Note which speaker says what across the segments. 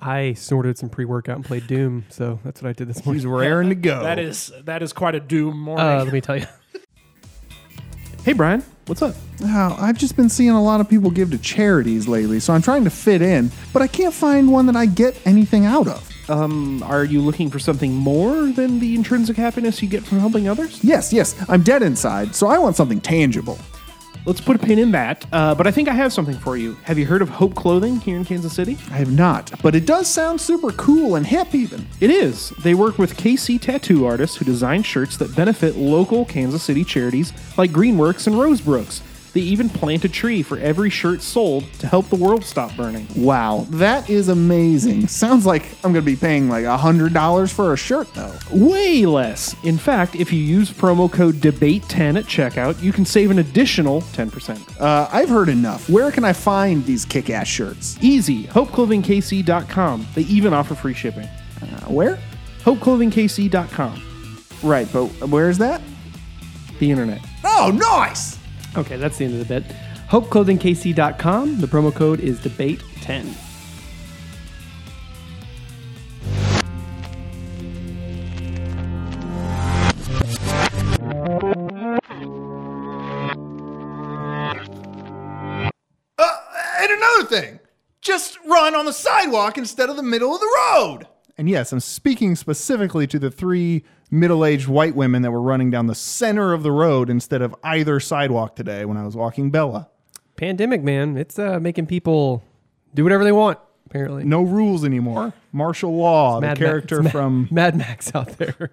Speaker 1: I snorted some pre workout and played Doom, so that's what I did this morning.
Speaker 2: He's raring to go.
Speaker 3: That is that is quite a doom morning.
Speaker 1: Uh, let me tell you. hey, Brian, what's up?
Speaker 2: Now, I've just been seeing a lot of people give to charities lately, so I'm trying to fit in, but I can't find one that I get anything out of.
Speaker 4: Um, are you looking for something more than the intrinsic happiness you get from helping others?
Speaker 2: Yes, yes, I'm dead inside, so I want something tangible.
Speaker 4: Let's put a pin in that. Uh, but I think I have something for you. Have you heard of Hope Clothing here in Kansas City?
Speaker 2: I have not, but it does sound super cool and hip, even.
Speaker 4: It is. They work with KC tattoo artists who design shirts that benefit local Kansas City charities like Greenworks and Rosebrooks. They even plant a tree for every shirt sold to help the world stop burning.
Speaker 2: Wow, that is amazing. Sounds like I'm going to be paying like $100 for a shirt, though.
Speaker 4: Way less. In fact, if you use promo code DEBATE10 at checkout, you can save an additional 10%.
Speaker 2: Uh, I've heard enough. Where can I find these kick ass shirts?
Speaker 4: Easy. HopeClothingKC.com. They even offer free shipping.
Speaker 2: Uh, where?
Speaker 4: HopeClothingKC.com.
Speaker 2: Right, but where is that?
Speaker 4: The internet.
Speaker 2: Oh, nice!
Speaker 1: Okay, that's the end of the bit. HopeClothingKC.com. The promo code is debate10.
Speaker 2: Uh, And another thing, just run on the sidewalk instead of the middle of the road. And yes, I'm speaking specifically to the three middle aged white women that were running down the center of the road instead of either sidewalk today when I was walking Bella.
Speaker 1: Pandemic, man, it's uh, making people do whatever they want. Apparently,
Speaker 2: No rules anymore. Martial law, the
Speaker 1: Mad Ma-
Speaker 2: character
Speaker 1: it's Ma-
Speaker 2: from.
Speaker 1: Mad Max out there.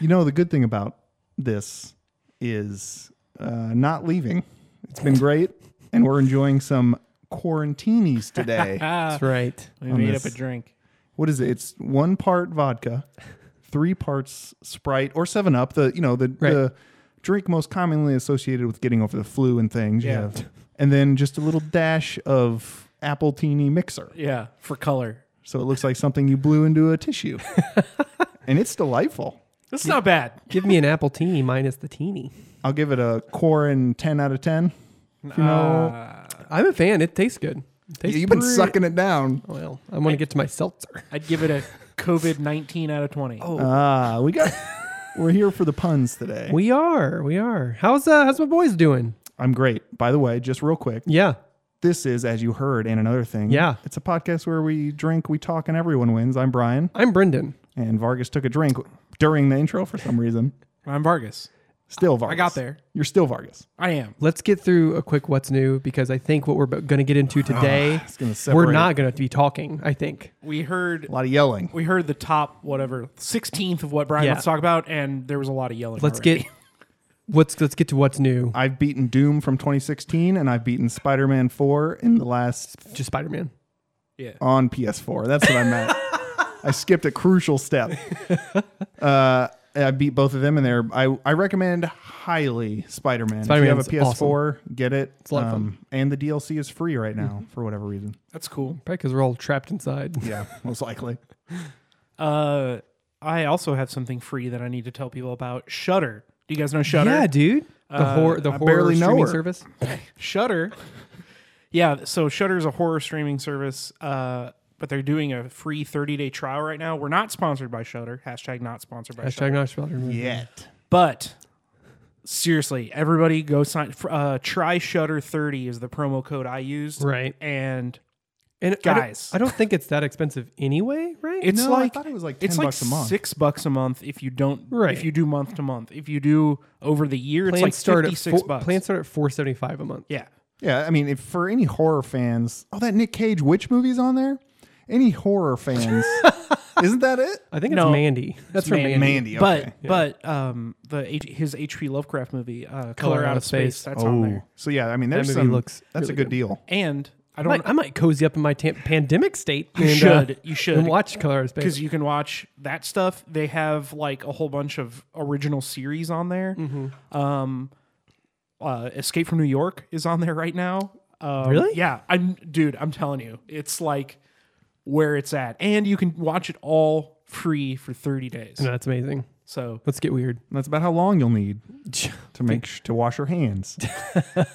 Speaker 2: You know, the good thing about this is uh, not leaving. It's been great, and we're enjoying some quarantinis today.
Speaker 1: that's right.
Speaker 3: we
Speaker 2: on
Speaker 3: made
Speaker 2: this.
Speaker 3: up a drink.
Speaker 2: what is it? It's one part vodka, three parts Sprite or Seven Up. The you know the
Speaker 1: Right.
Speaker 2: the drink most commonly associated with getting over the flu and things. you
Speaker 3: Yeah.
Speaker 2: know. and then just a little dash of apple teeny mixer,
Speaker 3: Yeah, for color.
Speaker 2: so it looks like something you blew into a tissue, and it's delightful.
Speaker 3: That's not bad.
Speaker 1: Give me an apple teeny minus the teeny.
Speaker 2: I'll give it a Corin ten out of ten. You know,
Speaker 1: I'm a fan. It tastes good. It tastes
Speaker 2: you've been
Speaker 1: pretty-
Speaker 2: sucking it down.
Speaker 1: Well, I want to get to my seltzer.
Speaker 3: I'd give it a COVID nineteen out of twenty. Oh,
Speaker 2: Ah, we got. We're here for the puns today.
Speaker 1: We are. We are. How's uh, how's my boys doing?
Speaker 2: I'm great. By the way, just real quick,
Speaker 1: Yeah.
Speaker 2: this is as you heard and another thing
Speaker 1: Yeah.
Speaker 2: it's a podcast where we drink we talk and everyone wins i'm brian
Speaker 1: I'm Brendan.
Speaker 2: and vargas took a drink during the intro for some reason
Speaker 3: I'm Vargas.
Speaker 2: still vargas
Speaker 3: got there.
Speaker 2: you're still vargas
Speaker 3: I am.
Speaker 1: Let's get through a quick what's new because I think what we're going to get into today,
Speaker 2: gonna
Speaker 1: we're
Speaker 2: separate.
Speaker 1: not going to be talking, I think.
Speaker 3: We heard
Speaker 2: a lot of yelling
Speaker 3: we heard the top whatever sixteenth of what Brian
Speaker 1: Yeah.
Speaker 3: wants to talk about, and there was a lot of yelling.
Speaker 1: Let's
Speaker 3: already.
Speaker 1: get what's let's get to what's new.
Speaker 2: i've beaten doom from 2016 and i've beaten spider-man 4 in the last
Speaker 1: Just Spider-Man.
Speaker 2: on ps4 that's what i meant i skipped a crucial step uh I beat both of them, and they're I, I recommend highly Spider Man. If you have a
Speaker 1: Spider-Man's
Speaker 2: PS4, get it. It's
Speaker 1: a lot of fun.
Speaker 2: And the DLC is free right now for whatever reason.
Speaker 3: that's cool.
Speaker 1: Probably because we're all trapped inside.
Speaker 2: Yeah, most likely.
Speaker 3: Uh, I also have something free that I need to tell people about. Shutter. Do you guys know Shutter?
Speaker 1: Yeah, dude. The
Speaker 3: Uh,
Speaker 1: horror, the horror
Speaker 2: barely know
Speaker 1: streaming
Speaker 2: her.
Speaker 1: service.
Speaker 3: Shutter. yeah, so Shutter is a horror streaming service, uh, but they're doing a free 30 day trial right now. We're not sponsored by Shutter. Hashtag not sponsored by Shutter.
Speaker 1: Hashtag not Spider-Man.
Speaker 2: Yet.
Speaker 3: But seriously, everybody go sign. fr- Uh, try Shutter 30 is the promo code I used.
Speaker 1: Right.
Speaker 3: And
Speaker 1: And I don't-
Speaker 3: Guys.
Speaker 1: I don't, think it's that expensive anyway, right?
Speaker 3: it's
Speaker 2: No, I
Speaker 3: like
Speaker 2: thought it was like 10
Speaker 3: it's like
Speaker 2: bucks a month.
Speaker 3: six bucks a month if you don't
Speaker 1: Right.
Speaker 3: if you do month to month. If you do over the year,
Speaker 1: plans
Speaker 3: it's like
Speaker 1: start
Speaker 3: fifty
Speaker 1: at
Speaker 3: six
Speaker 1: four,
Speaker 3: bucks.
Speaker 1: plans start at 475 a month.
Speaker 3: yeah.
Speaker 2: Yeah, I mean, if for any horror fans, oh, that Nick Cage witch movie's on there. Any horror fans, isn't that it?
Speaker 1: I think it's
Speaker 3: No.
Speaker 1: Mandy. That's from
Speaker 3: Mandy.
Speaker 1: Mandy.
Speaker 2: Mandy, okay.
Speaker 3: But but um the H- his H.P. Lovecraft movie uh, Color, Out, of Space, that's on
Speaker 2: Oh,
Speaker 3: there.
Speaker 2: so yeah, I mean, there's
Speaker 1: movie
Speaker 2: some.
Speaker 1: looks
Speaker 2: that's
Speaker 1: really
Speaker 2: a good,
Speaker 1: good.
Speaker 2: deal.
Speaker 3: And I
Speaker 1: I
Speaker 3: don't
Speaker 1: Oh. might, I might cozy up in my tam- pandemic state. You
Speaker 3: should. You should.
Speaker 1: And watch Color Out of Space.
Speaker 3: because you can watch that stuff. They have like a whole bunch of original series on there.
Speaker 1: Mm-hmm.
Speaker 3: Um, uh, Escape from New York is on there right now. Um,
Speaker 1: Really?
Speaker 3: Yeah, I'm dude. I'm telling you, it's like where it's at, and you can watch it all free for 30 days.
Speaker 1: No, that's amazing.
Speaker 3: So
Speaker 1: Let's get weird.
Speaker 2: And that's about how long you'll need to make sh- to wash your hands.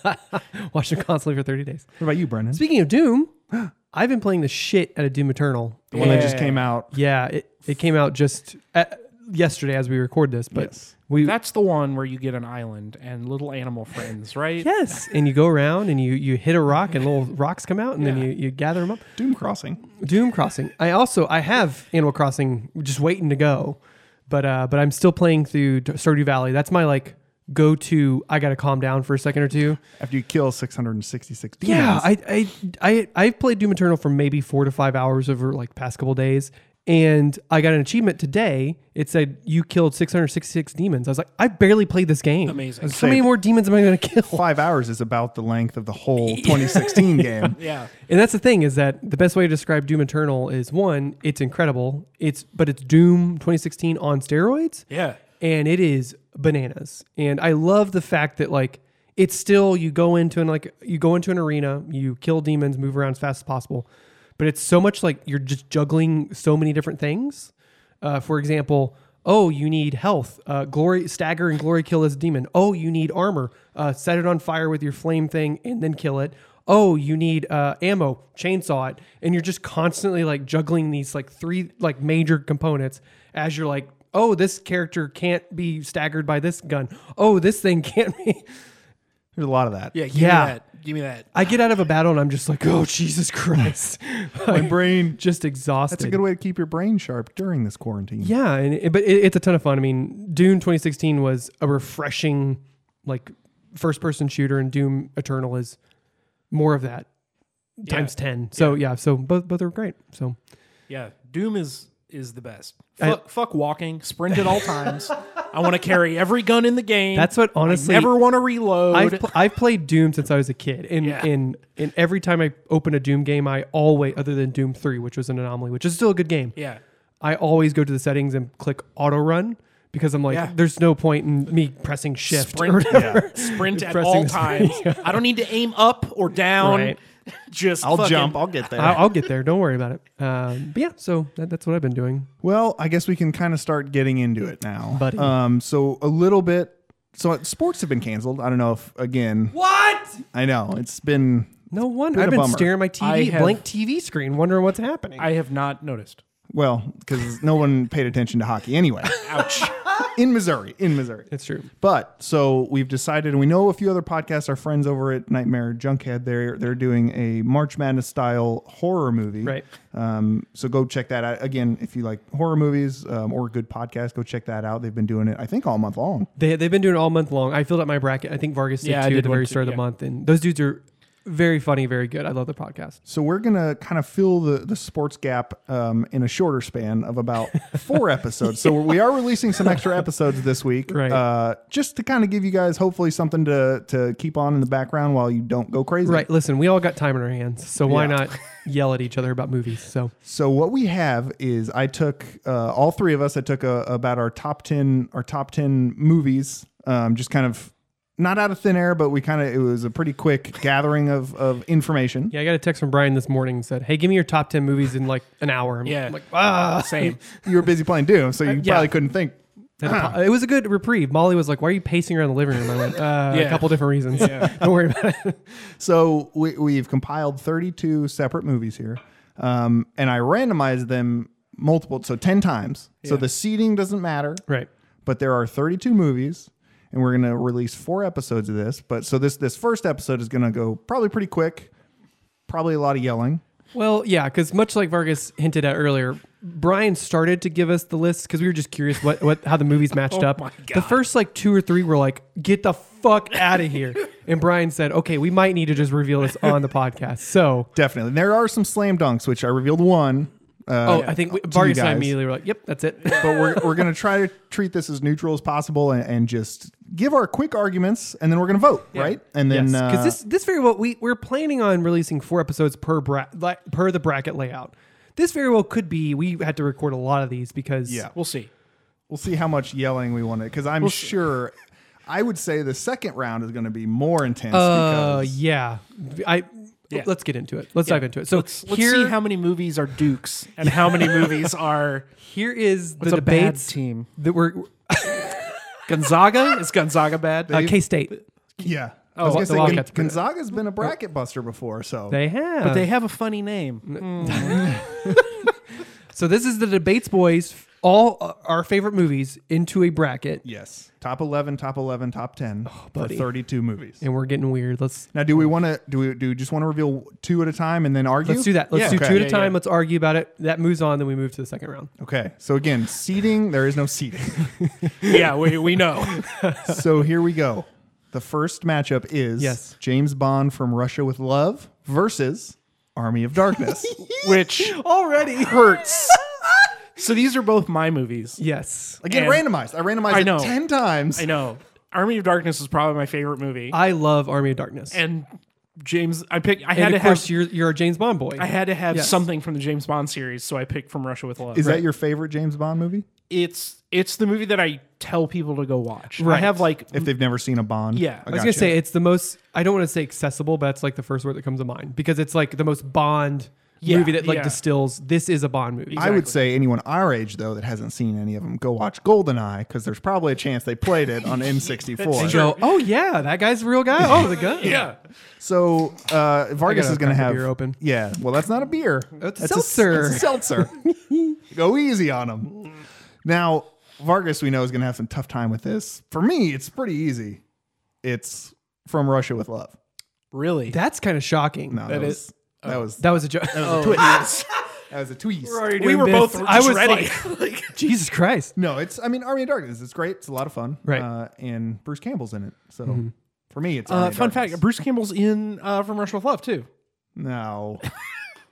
Speaker 2: what
Speaker 1: Watch it constantly for 30 days.
Speaker 2: about you, Brennan?
Speaker 1: Speaking of Doom, I've been playing the shit out of Doom Eternal.
Speaker 2: The one that just
Speaker 3: Yeah.
Speaker 2: came out.
Speaker 1: Yeah, it, it came out just uh yesterday as we record this, but
Speaker 2: Yes.
Speaker 1: we
Speaker 3: That's the one where you get an island and little animal friends, right?
Speaker 1: yes, and you go around and you you hit a rock and little rocks come out and then
Speaker 3: Yeah.
Speaker 1: you you gather them up.
Speaker 2: Doom Crossing.
Speaker 1: Doom Crossing. I also I have Animal Crossing just waiting to go, but uh but I'm still playing through D- Stardew Valley. That's my like go to. I got to calm down for a second or two.
Speaker 2: After you kill 666 demons.
Speaker 1: Yeah, I I I I've played Doom Eternal for maybe four to five hours over like past couple days, and I got an achievement today. It said you killed 666 demons. I was like, I barely played this game.
Speaker 3: Amazing.
Speaker 1: How many more demons am I going to kill?
Speaker 2: Five hours is about the length of the whole 2016 game.
Speaker 3: Yeah.
Speaker 1: And that's the thing is that the best way to describe Doom Eternal is one, it's incredible. It's but it's Doom 2016 on steroids.
Speaker 3: Yeah.
Speaker 1: and it is bananas. And I love the fact that like it's still you go into an like you go into an arena, you kill demons, move around as fast as possible, but it's so much like you're just juggling so many different things. Uh, for example, oh you need health, uh, glory stagger and glory kill this demon. Oh you need armor, uh, set it on fire with your flame thing and then kill it. Oh, you need uh, ammo, chainsaw it, and you're just constantly like juggling these like three like major components as you're like oh, this character can't be staggered by this gun. Oh, this thing can't be.
Speaker 2: There's a lot of that.
Speaker 3: Yeah. Give
Speaker 1: Yeah.
Speaker 3: Me that. Give me that.
Speaker 1: I get out of a battle and I'm just like, oh, Jesus Christ.
Speaker 2: My brain.
Speaker 1: just exhausted.
Speaker 2: That's a good way to keep your brain sharp during this quarantine.
Speaker 1: Yeah, and it, but it, it's a ton of fun. I mean, Doom 2016 was a refreshing, like, first person shooter, and Doom Eternal is more of that times 10. So, yeah, so both, both are great. So,
Speaker 3: Yeah. Doom is is the best. Fuck, fuck walking. Sprint at all times. I want to carry every gun in the game.
Speaker 1: That's what, honestly,
Speaker 3: I never want to reload.
Speaker 1: I've, pl- I've played Doom since I was a kid, and
Speaker 3: Yeah.
Speaker 1: and and every time I open a Doom game, I always, other than Doom Three, which was an anomaly, which is still a good game,
Speaker 3: yeah.
Speaker 1: I always go to the settings and click auto run because I'm like,
Speaker 3: Yeah.
Speaker 1: there's no point in me pressing shift. or
Speaker 3: Sprint.
Speaker 1: whatever.
Speaker 3: Sprint at
Speaker 1: Pressing
Speaker 3: all
Speaker 1: the
Speaker 3: times. I don't need to aim up or down.
Speaker 1: Right.
Speaker 3: Just
Speaker 2: I'll
Speaker 3: fucking-
Speaker 2: jump. I'll get there.
Speaker 1: I- I'll get there. Don't worry about it. Um, but yeah, so that, that's what I've been doing.
Speaker 2: Well, I guess we can kind of start getting into it now.
Speaker 1: Buddy.
Speaker 2: Um, so a little bit. So uh, sports have been canceled. I don't know if again.
Speaker 3: What?
Speaker 2: I know it's been.
Speaker 1: No one.
Speaker 2: Been
Speaker 1: I've
Speaker 2: a
Speaker 1: been
Speaker 2: bummer.
Speaker 1: staring at my
Speaker 3: I
Speaker 1: TV,
Speaker 3: have-
Speaker 1: blank TV screen, wondering what's happening.
Speaker 3: I have not noticed.
Speaker 2: Well, because no one paid attention to hockey anyway.
Speaker 3: Ouch.
Speaker 2: in Missouri, in Missouri.
Speaker 1: it's true.
Speaker 2: But so we've decided, and we know a few other podcasts. Our friends over at Nightmare Junkhead, they're they're doing a March Madness style horror movie.
Speaker 1: Right.
Speaker 2: Um, so go check that out again if you like horror movies um, or good podcasts. Go check that out. They've been doing it, I think, all month long.
Speaker 1: They, they've been doing it all month long. I filled out my bracket. I think Vargas did
Speaker 3: Yeah, I
Speaker 1: too
Speaker 3: did
Speaker 1: at the
Speaker 3: one
Speaker 1: very
Speaker 3: too,
Speaker 1: start of the
Speaker 3: yeah.
Speaker 1: month. And those dudes are very funny, very good. I love the podcast.
Speaker 2: So we're gonna kind of fill the the sports gap um, in a shorter span of about four episodes. So we are releasing some extra episodes this week,
Speaker 1: Right.
Speaker 2: Uh, just to kind of give you guys hopefully something to to keep on in the background while you don't go crazy.
Speaker 1: Right. Listen, we all got time on our hands, so why
Speaker 2: Yeah.
Speaker 1: not yell at each other about movies? So
Speaker 2: So what we have is I took uh, all three of us. I took a, about our top ten our top ten movies. Um, just kind of not out of thin air, but we kind of it was a pretty quick gathering of of information.
Speaker 1: yeah, I got a text from Brian this morning and said, "Hey, give me your top ten movies in like an hour." I'm
Speaker 3: Yeah.
Speaker 1: like ah.
Speaker 3: Same.
Speaker 2: You were busy playing Doom, so you probably couldn't think.
Speaker 1: It was a good reprieve. Molly was like, "Why are you pacing around the living room?" I went, uh, "A
Speaker 3: Yeah.
Speaker 1: couple different reasons. Don't worry about it."
Speaker 2: So we, we've compiled 32 separate movies here, um, and I randomized them multiple, so 10 times. So the seating doesn't matter,
Speaker 1: Right.
Speaker 2: but there are 32 movies, and we're gonna release four episodes of this. But so this this first episode is gonna go probably pretty quick, probably a lot of yelling.
Speaker 1: Well, yeah, because much like Vargas hinted at earlier, Brian started to give us the list because we were just curious what, what how the movies matched up.
Speaker 3: Oh my God.
Speaker 1: The first like two or three were like, "Get the fuck out of here!" and Brian said, "Okay, we might need to just reveal this on the podcast." So,
Speaker 2: Definitely, And there are some slam dunks, which I revealed one. Uh,
Speaker 1: oh, I think we, Vargas and I
Speaker 2: guys.
Speaker 1: immediately were like, "Yep, that's it."
Speaker 2: but we're, we're going to try to treat this as neutral as possible and, and just give our quick arguments, and then we're going to vote, right? And then
Speaker 1: Yes, because
Speaker 2: uh,
Speaker 1: this this very well we we're planning on releasing four episodes per bra- like, per the bracket layout. This very well could be we had to record a lot of these because
Speaker 2: Yeah.
Speaker 3: We'll see.
Speaker 2: We'll see how much yelling we want to, because I'm sure. I would say the second round is going to be more intense.
Speaker 1: uh
Speaker 2: because
Speaker 1: yeah I
Speaker 3: Yeah.
Speaker 1: let's get into it let's dive into it. So
Speaker 3: let's, let's
Speaker 1: here
Speaker 3: see how many movies are Dukes and how many movies are
Speaker 1: here is the
Speaker 3: What's a bad
Speaker 1: debates
Speaker 3: team?
Speaker 1: that were
Speaker 3: Gonzaga. Is Gonzaga bad?
Speaker 1: uh, K State.
Speaker 2: yeah, I was
Speaker 1: Oh,
Speaker 2: gonna
Speaker 1: the
Speaker 2: say, Gon-
Speaker 1: Wildcats.
Speaker 2: Gonzaga's been a bracket buster before, so
Speaker 1: They have.
Speaker 3: But they have a funny name. Mm.
Speaker 1: so this is the debates, boys. All uh, our favorite movies into a bracket,
Speaker 2: yes, top eleven, top eleven, top ten for
Speaker 1: Oh, buddy.
Speaker 2: thirty-two movies.
Speaker 1: and we're getting weird. Let's
Speaker 2: Now, do we want to do we do we just want to reveal two at a time and then argue?
Speaker 1: let's do that. Let's do
Speaker 2: Yeah.
Speaker 1: two at
Speaker 2: Okay.
Speaker 1: a time. Let's argue about it. That moves on. Then we move to the second round.
Speaker 2: Okay, so again, seating. There is no seating.
Speaker 3: yeah, we, we know.
Speaker 2: so here we go. The first matchup is
Speaker 1: Yes.
Speaker 2: James Bond from Russia with Love versus Army of Darkness.
Speaker 3: Which
Speaker 1: Already.
Speaker 3: hurts. So these are both my movies.
Speaker 1: Yes.
Speaker 2: Again,
Speaker 3: And-
Speaker 2: randomized. I randomized
Speaker 3: I
Speaker 2: it
Speaker 3: know.
Speaker 2: ten times.
Speaker 3: I know. Army of Darkness is probably my favorite movie.
Speaker 1: I love Army of Darkness. And,
Speaker 3: and James, I picked. I had to
Speaker 1: of course,
Speaker 3: have.
Speaker 1: you're you're a James Bond boy.
Speaker 3: I had to have
Speaker 1: Yes.
Speaker 3: something from the James Bond series, so I picked From Russia with Love.
Speaker 2: Is that your favorite James Bond movie?
Speaker 3: it's it's the movie that I tell people to go watch. I
Speaker 1: Right.
Speaker 3: have like
Speaker 2: If they've never seen a Bond,
Speaker 1: Mm.
Speaker 3: Yeah.
Speaker 1: I was
Speaker 2: gotcha.
Speaker 1: gonna say it's the most. I don't want to say accessible, but that's like the first word that comes to mind because it's like the most Bond
Speaker 3: Yeah,
Speaker 1: movie that like
Speaker 3: yeah.
Speaker 1: distills. This is a Bond movie.
Speaker 2: I would say anyone our age though that hasn't seen any of them, go watch GoldenEye because there's probably a chance they played it on
Speaker 1: And
Speaker 2: N64.
Speaker 1: go, oh yeah, that guy's a real guy. Oh, the gun.
Speaker 3: yeah.
Speaker 2: So uh, Vargas
Speaker 1: gotta
Speaker 2: is going
Speaker 1: crack
Speaker 2: to
Speaker 1: the
Speaker 2: have
Speaker 1: beer open.
Speaker 2: Yeah, well, that's not a beer.
Speaker 1: That's a
Speaker 2: s-
Speaker 1: seltzer.
Speaker 2: that's a seltzer. Go easy on them. Now Vargas, we know, is going to have some tough time with this. For me, it's pretty easy. It's from Russia with love.
Speaker 3: Really?
Speaker 1: That's kind of shocking.
Speaker 2: No, that,
Speaker 3: That
Speaker 2: was,
Speaker 3: is-
Speaker 2: that was that
Speaker 1: That was a joke. Oh.
Speaker 2: was a twist. that was a twist.
Speaker 3: we were both.
Speaker 1: I was
Speaker 3: ready.
Speaker 1: Jesus Christ.
Speaker 2: No, it's I mean Army of Darkness. It's great. It's a lot of fun.
Speaker 1: Right. Mm-hmm.
Speaker 2: Uh, and Bruce Campbell's in it. So for me, it's Army
Speaker 3: uh,
Speaker 2: of
Speaker 3: fun
Speaker 2: Darkness.
Speaker 3: fact: Bruce Campbell's in uh, From Russia with Love too.
Speaker 2: No,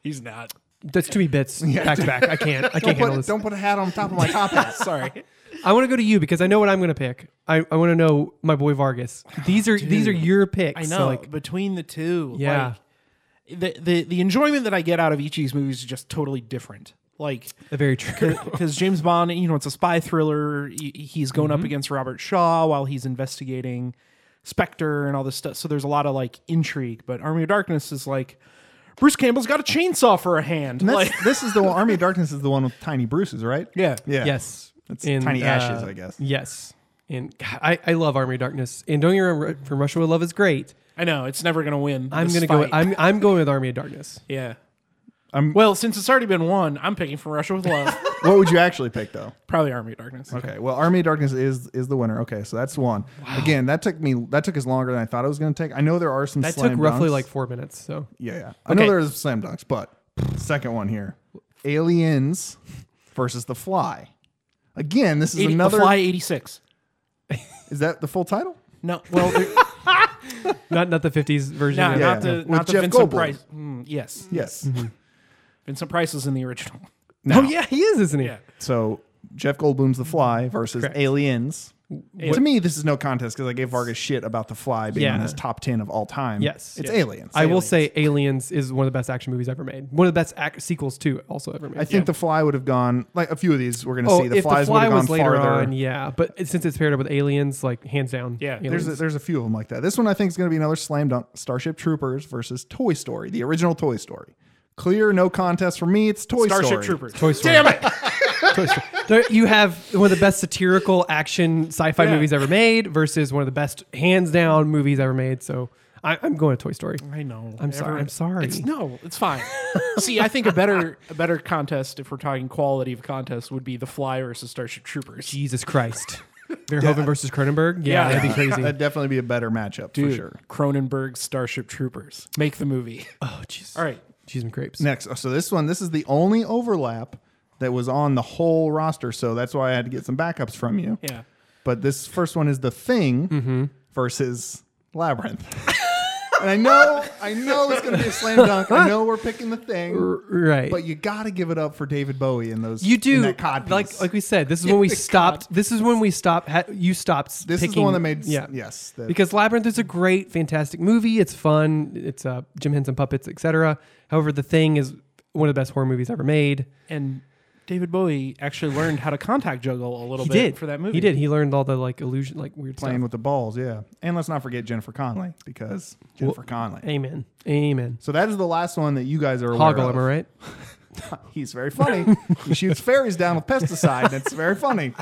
Speaker 3: He's not.
Speaker 1: That's too many bits back to back. I can't. I
Speaker 2: don't
Speaker 1: can't handle
Speaker 2: put,
Speaker 1: this.
Speaker 2: don't put a hat on top of my top hat.
Speaker 3: Sorry.
Speaker 1: I want to go to you because I know what I'm gonna pick. I, I want to know my boy Vargas. These are these are your picks.
Speaker 3: I know.
Speaker 1: so, like,
Speaker 3: between the two,
Speaker 1: yeah,
Speaker 3: like, the, the the enjoyment that I get out of each of these movies is just totally different. Like,
Speaker 1: very true.
Speaker 3: because James Bond, you know, it's a spy thriller. He- He's going
Speaker 2: Mm-hmm.
Speaker 3: up against Robert Shaw while he's investigating Spectre and all this stuff. So there's a lot of like intrigue. But Army of Darkness is like Bruce Campbell's got a chainsaw for a hand.
Speaker 2: And
Speaker 3: Like,
Speaker 2: that's- this is the one, Army of Darkness is the one with tiny Bruce's, right?
Speaker 3: yeah,
Speaker 2: Yeah.
Speaker 1: Yes. uh,
Speaker 2: It's tiny ashes, I guess.
Speaker 1: Yes. And God, I, I love Army of Darkness. And Don't You Remember From Russia with Love is great.
Speaker 3: I know it's never gonna win.
Speaker 1: I'm
Speaker 3: this
Speaker 1: gonna go.
Speaker 3: fight.
Speaker 1: I'm I'm going with Army of Darkness.
Speaker 3: yeah.
Speaker 2: I'm-
Speaker 3: well, since it's already been won, I'm picking from Russia with Love.
Speaker 2: What would you actually pick though?
Speaker 3: Probably Army of Darkness.
Speaker 2: Okay. Well, Army of Darkness is is the winner. Okay, so that's one. Again, that took me that took us longer than I thought it was going to take. I know there are some
Speaker 1: That
Speaker 2: slam
Speaker 1: took roughly
Speaker 2: dunks.
Speaker 1: like four minutes. So
Speaker 2: yeah, yeah. I know
Speaker 3: Okay.
Speaker 2: there is slam dunks, but second one here, Aliens versus The Fly. Again, this is
Speaker 3: 80 The
Speaker 2: another.
Speaker 3: Fly 86.
Speaker 2: Is that the full title?
Speaker 3: No, well, there-
Speaker 1: not not the 50s version.
Speaker 3: no,
Speaker 1: of it.
Speaker 2: Yeah.
Speaker 3: not the
Speaker 2: With
Speaker 3: not the
Speaker 2: Jeff
Speaker 3: Vincent
Speaker 2: Goldblum.
Speaker 3: Price. Mm, yes,
Speaker 2: Yes.
Speaker 1: Mm-hmm.
Speaker 3: Vincent Price is in the original.
Speaker 1: Oh yeah, he is, isn't he?
Speaker 3: Yeah.
Speaker 2: So Jeff Goldblum's The Fly versus
Speaker 1: Correct.
Speaker 2: Aliens. To me, this is no contest because I gave Vargas shit about The Fly being on
Speaker 1: Yeah.
Speaker 2: his top ten of all time.
Speaker 1: Yes.
Speaker 2: it's
Speaker 1: Yes.
Speaker 2: Aliens.
Speaker 1: I will say Aliens is one of the best action movies ever made. One of the best ac- sequels too, also ever made.
Speaker 2: I think The Fly would have gone like a few of these. We're gonna
Speaker 1: oh,
Speaker 2: see The
Speaker 1: if
Speaker 2: Flies
Speaker 1: the fly
Speaker 2: would have
Speaker 1: was
Speaker 2: gone
Speaker 1: later
Speaker 2: farther.
Speaker 1: on, yeah. But it- since it's paired up with Aliens, like hands down,
Speaker 3: Yeah.
Speaker 2: There's a, there's a few of them like that. This one I think is going to be another slam dunk. Starship Troopers versus Toy Story, the original Toy Story. Clear, no contest for me. It's Toy Story.
Speaker 3: Starship Troopers.
Speaker 1: Toy Story. Damn it! you have one of the best satirical action sci-fi
Speaker 3: Yeah.
Speaker 1: movies ever made versus one of the best hands down movies ever made. So I, I'm going to Toy Story.
Speaker 3: I know.
Speaker 1: I'm sorry. I'm sorry.
Speaker 3: It's, no, it's fine. See, I think a better a better contest, if we're talking quality of contest, would be The Fly versus Starship Troopers.
Speaker 1: Jesus Christ. Verhoeven versus Cronenberg. Yeah,
Speaker 3: Yeah.
Speaker 1: that'd be crazy.
Speaker 2: That'd definitely be a better matchup for sure.
Speaker 3: Cronenberg Starship Troopers. Make the movie.
Speaker 1: oh, jeez.
Speaker 3: All right.
Speaker 1: Cheese and crepes.
Speaker 2: Next, oh, so this one, this is the only overlap that was on the whole roster, so that's why I had to get some backups from you.
Speaker 3: Yeah.
Speaker 2: But this first one is the Thing
Speaker 1: Mm-hmm.
Speaker 2: versus Labyrinth. and I know, I know it's going to be a slam dunk. I know we're picking the Thing,
Speaker 1: R- Right.
Speaker 2: but you got to give it up for David Bowie in those.
Speaker 1: you
Speaker 2: in
Speaker 1: do
Speaker 2: that cod piece.
Speaker 1: like like we said. This is when we
Speaker 2: The
Speaker 1: stopped. This is when we stopped. Ha- you stopped.
Speaker 2: This is the
Speaker 1: picking-
Speaker 2: one that made
Speaker 1: Yeah.
Speaker 2: yes. that-
Speaker 1: because Labyrinth is a great, fantastic movie. It's fun. It's uh, Jim Henson puppets, etc. However, The Thing is one of the best horror movies ever made.
Speaker 3: And David Bowie actually learned how to contact juggle a little
Speaker 1: He
Speaker 3: bit
Speaker 1: did
Speaker 3: for that movie.
Speaker 1: He did. He learned all the like illusion, like weird
Speaker 2: playing
Speaker 1: stuff.
Speaker 2: with the balls, yeah. And let's not forget Jennifer Connelly because Jennifer Connelly.
Speaker 1: Amen. Amen.
Speaker 2: So that is the last one that you guys are aware
Speaker 1: Hoggle,
Speaker 2: of.
Speaker 1: am I right?
Speaker 2: He's very funny. he shoots fairies down with pesticide. That's very funny.